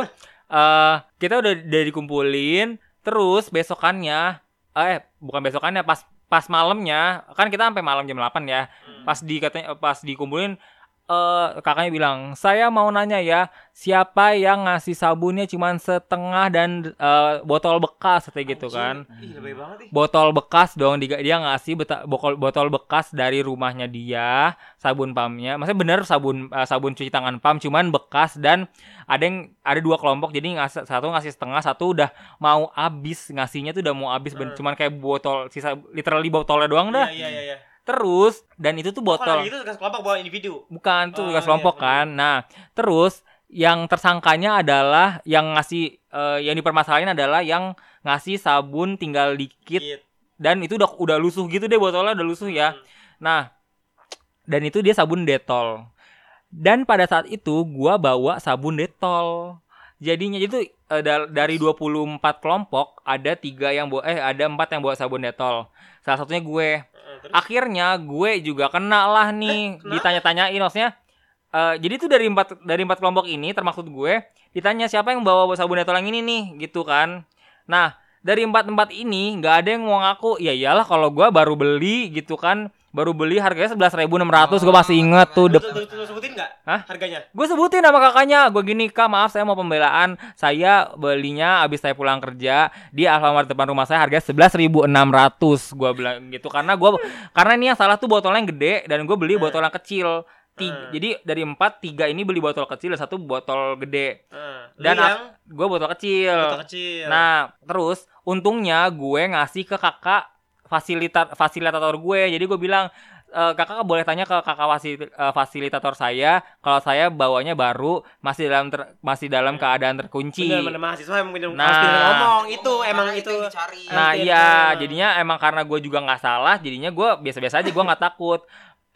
eh kita udah dari dikumpulin, terus besokannya eh bukan besokannya pas pas malamnya, kan kita sampai malam jam 8 ya. Pas di katanya pas dikumpulin eh kakaknya bilang, "Saya mau nanya ya, siapa yang ngasih sabunnya cuman setengah dan eh, botol bekas?" kayak gitu kan. Ih, lebih banget ih. Botol bekas dong diga- dia ngasih beta- bokol- botol bekas dari rumahnya dia, sabun pamnya. Maksudnya bener sabun eh, sabun cuci tangan pam cuman bekas dan ada yang ada dua kelompok jadi ngas- satu ngasih setengah, satu udah mau habis ngasihnya tuh udah mau habis Hmm. ben- cuman kayak botol sisa literally botolnya doang dah. Iya, iya, iya, iya. Terus dan itu tuh Kalau botol gitu tugas kelompok bawa individu. bukan Oh, tuh tugas iya, kelompok bener. kan. Nah, terus yang tersangkanya adalah yang ngasih eh, yang dipermasalahin adalah yang ngasih sabun tinggal dikit Gitu. dan itu udah udah lusuh gitu deh botolnya udah lusuh Gitu, ya. Hmm. Nah, dan itu dia sabun detol. Dan pada saat itu gua bawa sabun detol. Jadinya itu eh, da- dari 24 kelompok ada tiga yang bawa eh ada empat yang bawa sabun detol. Salah satunya gue. Heeh, terus? Eh, Akhirnya gue juga kena lah nih kenapa? ditanya-tanyain maksudnya. eh, jadi itu dari empat dari empat kelompok ini termaksud gue ditanya siapa yang bawa sabun detol yang ini nih gitu kan. Nah dari empat empat ini nggak ada yang mau ngaku. Ya iyalah kalau gue baru beli gitu kan baru beli harganya 11.600 Oh, gue masih inget tuh Lu dep- lu- lu- lu sebutin nggak? Hah? Harganya? Gue sebutin nama kakaknya, gue gini, kak maaf saya mau pembelaan, saya belinya abis saya pulang kerja di Alfamart depan rumah saya harganya 11.600 gue bilang gitu karena gue karena ini yang salah tuh botolnya yang gede dan gue beli Hmm. botol yang kecil. Ti- Hmm. Jadi dari empat tiga ini beli botol kecil dan satu botol gede. Heeh. Dan Lu yang Gue botol kecil. foto kecil. Nah, terus untungnya gue ngasih ke kakak fasilita- fasilitator gue. Jadi gue bilang "E, kakak boleh tanya ke kakak wasi- e, fasilitator saya kalau saya bawanya baru masih dalam ter- masih dalam keadaan terkunci. Bener, bener, mahasiswa emang bener Nah. harus pinter ngomong itu emang Karena itu yang Iya. dicari Nah, Oke, iya, betul. jadinya emang karena gue juga nggak salah, jadinya gue biasa-biasa aja gue nggak takut.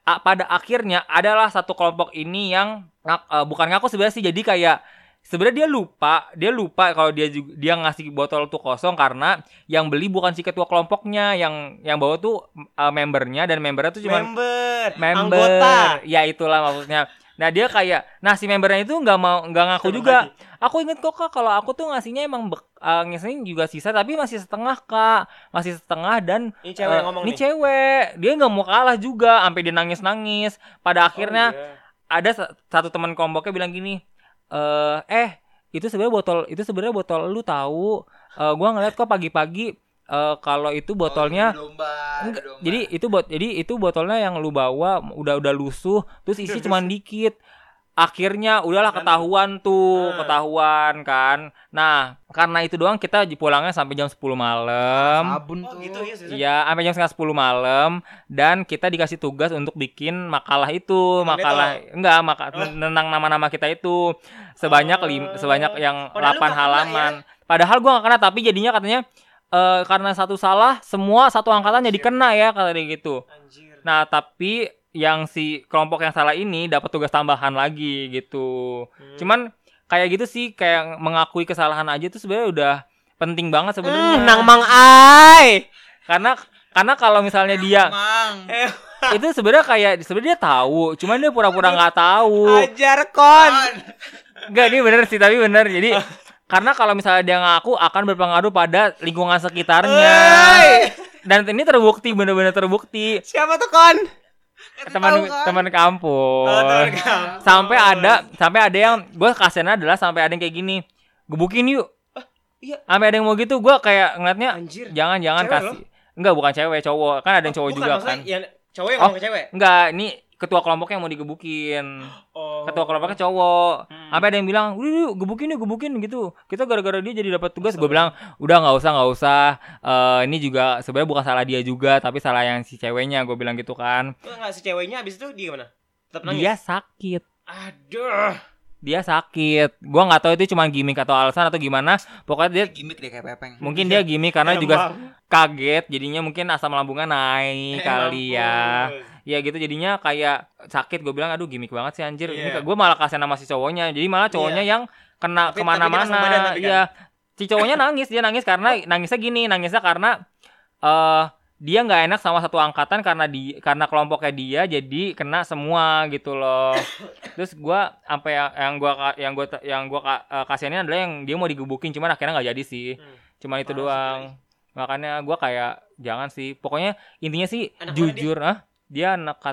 A- pada akhirnya adalah satu kelompok ini yang ngak- eh, bukan ngaku sebenarnya sih, jadi kayak sebenarnya dia lupa, dia lupa kalau dia juga, dia ngasih botol tuh kosong karena yang beli bukan si ketua kelompoknya, yang yang bawa tuh eh, membernya dan membernya tuh cuma member, member. anggota. Ya itulah maksudnya. Nah dia kayak, nah si membernya itu nggak mau nggak ngaku Nah, juga. Aku inget kok kak kalau aku tuh ngasihnya emang bek, eh, ngasihnya juga sisa tapi masih setengah kak masih setengah dan Ini cewek yang eh, ngomong ini nih. cewek dia nggak mau kalah juga sampai dia nangis nangis pada Oh, akhirnya iya. ada sa- satu teman kelompoknya bilang gini eh eh itu sebenarnya botol itu sebenarnya botol lu tahu Eh, gua ngeliat kok pagi-pagi eh, kalau itu botolnya Oh, domba, Enggak, domba. jadi itu bot jadi itu botolnya yang lu bawa udah udah lusuh terus isi cuman dikit akhirnya udahlah Nanti- ketahuan tuh Hmm. ketahuan kan nah karena itu doang kita j- pulangnya sampai jam 10 malam sabun Oh, tuh gitu ya, seriusan? Iya, sampai jam setengah 10 malam dan kita dikasih tugas untuk bikin makalah itu, Tentang makalah enggak maka Oh. tentang nama-nama kita itu sebanyak Oh. lim, sebanyak yang Padahal lu nggak 8 kena ya? halaman. Padahal gua gak kena tapi jadinya katanya eh, karena satu salah semua satu angkatan Iya. jadi kena ya kata dia gitu. Anjir. Nah, tapi yang si kelompok yang salah ini dapat tugas tambahan lagi gitu. Hmm. Cuman kayak gitu sih kayak mengakui kesalahan aja tuh sebenarnya udah penting banget sebenarnya. Hmm, nang mang ai. Karena karena kalau misalnya dia mang Eh, itu sebenarnya kayak sebenarnya dia tahu, cuman dia pura-pura nggak tahu. ajar kon. Enggak, ini bener sih, tapi bener. Jadi karena kalau misalnya dia ngaku akan berpengaruh pada lingkungan sekitarnya. Hei, Dan ini terbukti, bener-bener terbukti. siapa tuh kon? Teman Eh, teman kan? Oh, kampus. tergam. Sampai ada sampai ada yang gue kasihan adalah sampai ada yang kayak gini. Gebukin yuk. iya. Sampai ada yang mau gitu, gue kayak ngeliatnya Anjir. jangan jangan Cewek Oh, kasih. Enggak, bukan cewek, cowok. Kan ada yang cowok Bukan, juga maksudnya iya. kan. yang cowok yang Oh. ngomong ke cewek. Enggak, ini ketua kelompoknya yang mau digebukin. Oh. ketua kan? kelompoknya cowok Hmm. sampai ada yang bilang udah yuk gebukin yuk gebukin gitu kita gara-gara dia jadi dapat tugas gue bilang udah nggak usah nggak usah Eh, ini juga sebenarnya bukan salah dia juga tapi salah yang si ceweknya gue bilang gitu kan Enggak si ceweknya abis itu dia gimana? Tetap nangis. dia sakit Aduh. dia sakit gue nggak tahu itu cuma gimmick atau alasan atau gimana pokoknya dia gimmick deh kayak pepeng mungkin dia gimmick karena Iya, Emang. juga kaget jadinya mungkin asam lambungnya naik kali ya Mampus. ya gitu jadinya kayak sakit gue bilang aduh gimmick banget sih anjir Iya. ini gue malah kasihan sama si cowoknya jadi malah cowoknya yang kena Tapi- tapi dia kemana-mana langsung badan tapi kan? Iya. si cowoknya nangis dia nangis karena nangisnya gini nangisnya karena eh dia nggak enak sama satu angkatan karena di karena kelompoknya dia jadi kena semua gitu loh terus gue sampai yang, yang gue yang gue yang gue kasihanin adalah yang dia mau digebukin cuman akhirnya nggak jadi sih Hmm. cuman Parah itu sih, doang makanya gue kayak jangan sih pokoknya intinya Anak sih mana jujur ah dia anak K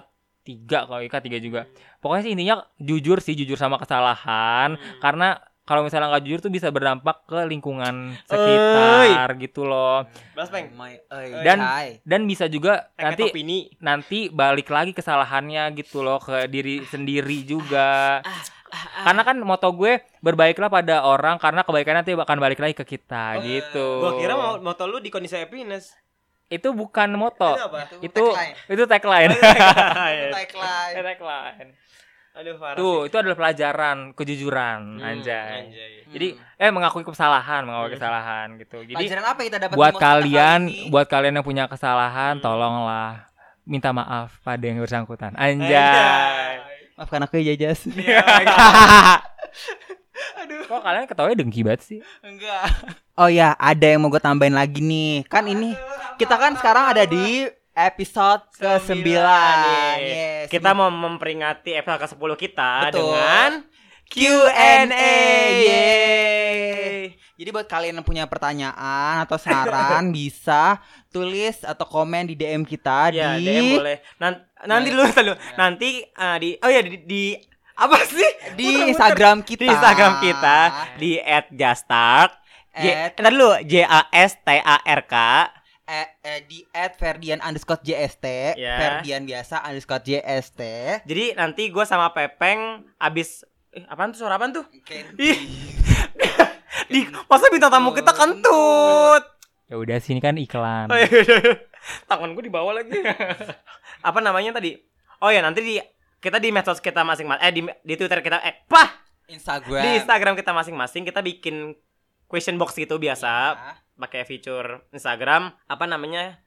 tiga kalau Ika tiga Hmm. juga pokoknya sih intinya jujur sih jujur sama kesalahan Hmm. karena kalau misalnya nggak jujur tuh bisa berdampak ke lingkungan sekitar gitu loh Balas peng. Eh, my eye. Dan- Hai. dan bisa juga Nanti nanti opini. nanti balik lagi kesalahannya gitu loh Ah. ke diri sendiri juga karena kan moto gue berbaiklah pada orang karena kebaikan nanti akan balik lagi ke kita gitu Oh, Gua kira mau moto lu di kondisi happiness. itu bukan moto Itu apa? itu tagline. itu tagline Eh, Itu tagline tagline Aduh parah. tuh itu adalah pelajaran sih. kejujuran Hmm, anjay Hmm. Jadi eh mengakui kesalahan, Hmm. mengakui kesalahan gitu. Jadi pelajaran apa yang kita dapat buat di Mosfet kalian, kali ini? buat kalian yang punya Hmm. kesalahan, tolonglah minta maaf pada yang bersangkutan. Anjay. Anjay. maafkan aku ya Jas Ya, aduh Kok kalian ketawanya dengki banget sih? enggak oh ya ada yang mau gue tambahin lagi nih kan ini kita kan sekarang ada di episode ke Sembilan, sembilan iya. yes Kita mau memperingati episode ke-10 kita Betul. dengan Q&A yeay. Jadi buat kalian yang punya pertanyaan atau saran bisa tulis atau komen di DM kita Ya, di DM boleh. Nan- nanti dulu, nanti dulu. Nanti eh, di oh ya di, di- apa sih? di Muter-muter. Instagram kita. Di Instagram kita di @jastark. J, At- ntar dulu J A S T A R K. eh, eh, di at Ferdian underscore JST Ya. Ferdian biasa underscore JST Jadi nanti gue sama Pepeng abis eh, apaan tuh suara apaan tuh? Ih. di masa bintang tamu kita kentut. Ya udah sini kan iklan. Oh, iya, iya, iya. Tangan gue dibawa lagi. Apa namanya tadi? Oh ya nanti di kita di medsos kita masing-masing eh di, di Twitter kita eh pah Instagram di Instagram kita masing-masing kita bikin question box gitu biasa Ya, pakai fitur Instagram apa namanya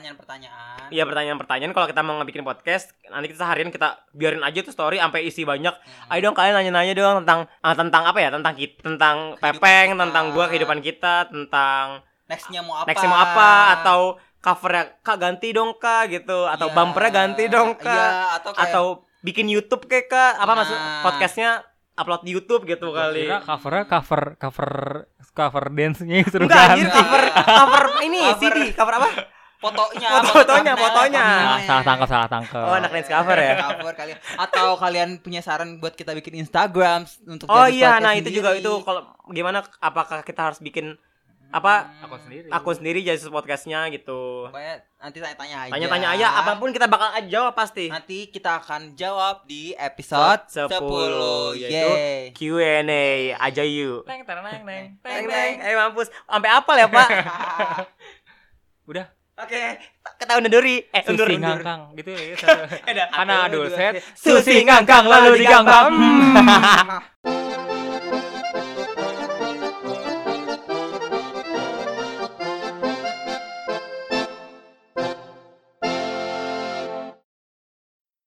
Pertanyaan-pertanyaan ya pertanyaan-pertanyaan kalau kita mau ngebikin podcast nanti kita seharian kita biarin aja tuh story sampai isi banyak Hmm. ayo dong kalian nanya-nanya dong tentang ah, tentang apa ya tentang kita tentang pepeng kita. tentang gua kehidupan kita tentang Nextnya mau apa Nextnya mau apa atau covernya kak ganti dong kak gitu atau Ya. bumpernya ganti dong Iya, kak atau kayak atau bikin YouTube kayak kak apa Nah. maksud podcastnya upload di YouTube gitu kali Kira covernya cover cover cover dance-nya enggak anjir Enggak. cover cover ini Cover. CD cover apa fotonya Foto- fotonya, thumbnail, fotonya. Ah, thumbnail. salah tangkap, salah tangkap. Oh, anak dance cover ya? Cover kalian. Atau kalian punya saran buat kita bikin Instagram s- untuk oh jadi iya podcast nah itu juga sendiri. itu kalau gimana apakah kita harus bikin apa Hmm, Aku sendiri. aku sendiri jadi podcastnya gitu Pokoknya nanti tanya-tanya aja. tanya-tanya aja apapun kita bakal jawab pasti Nanti kita akan jawab di episode 10. 10, yaitu Yeay. Q&A aja yuk Teng teng teng teng. Teng teng, ayo mampus. Sampai apal ya, Pak? Udah. Oke, kita undur diri. Eh, undur Susi undur. ngangkang gitu ya. satu. Eh, dah. Karena Satu, dua, dosen Susi ngangkang lalu digangbang. Hmm.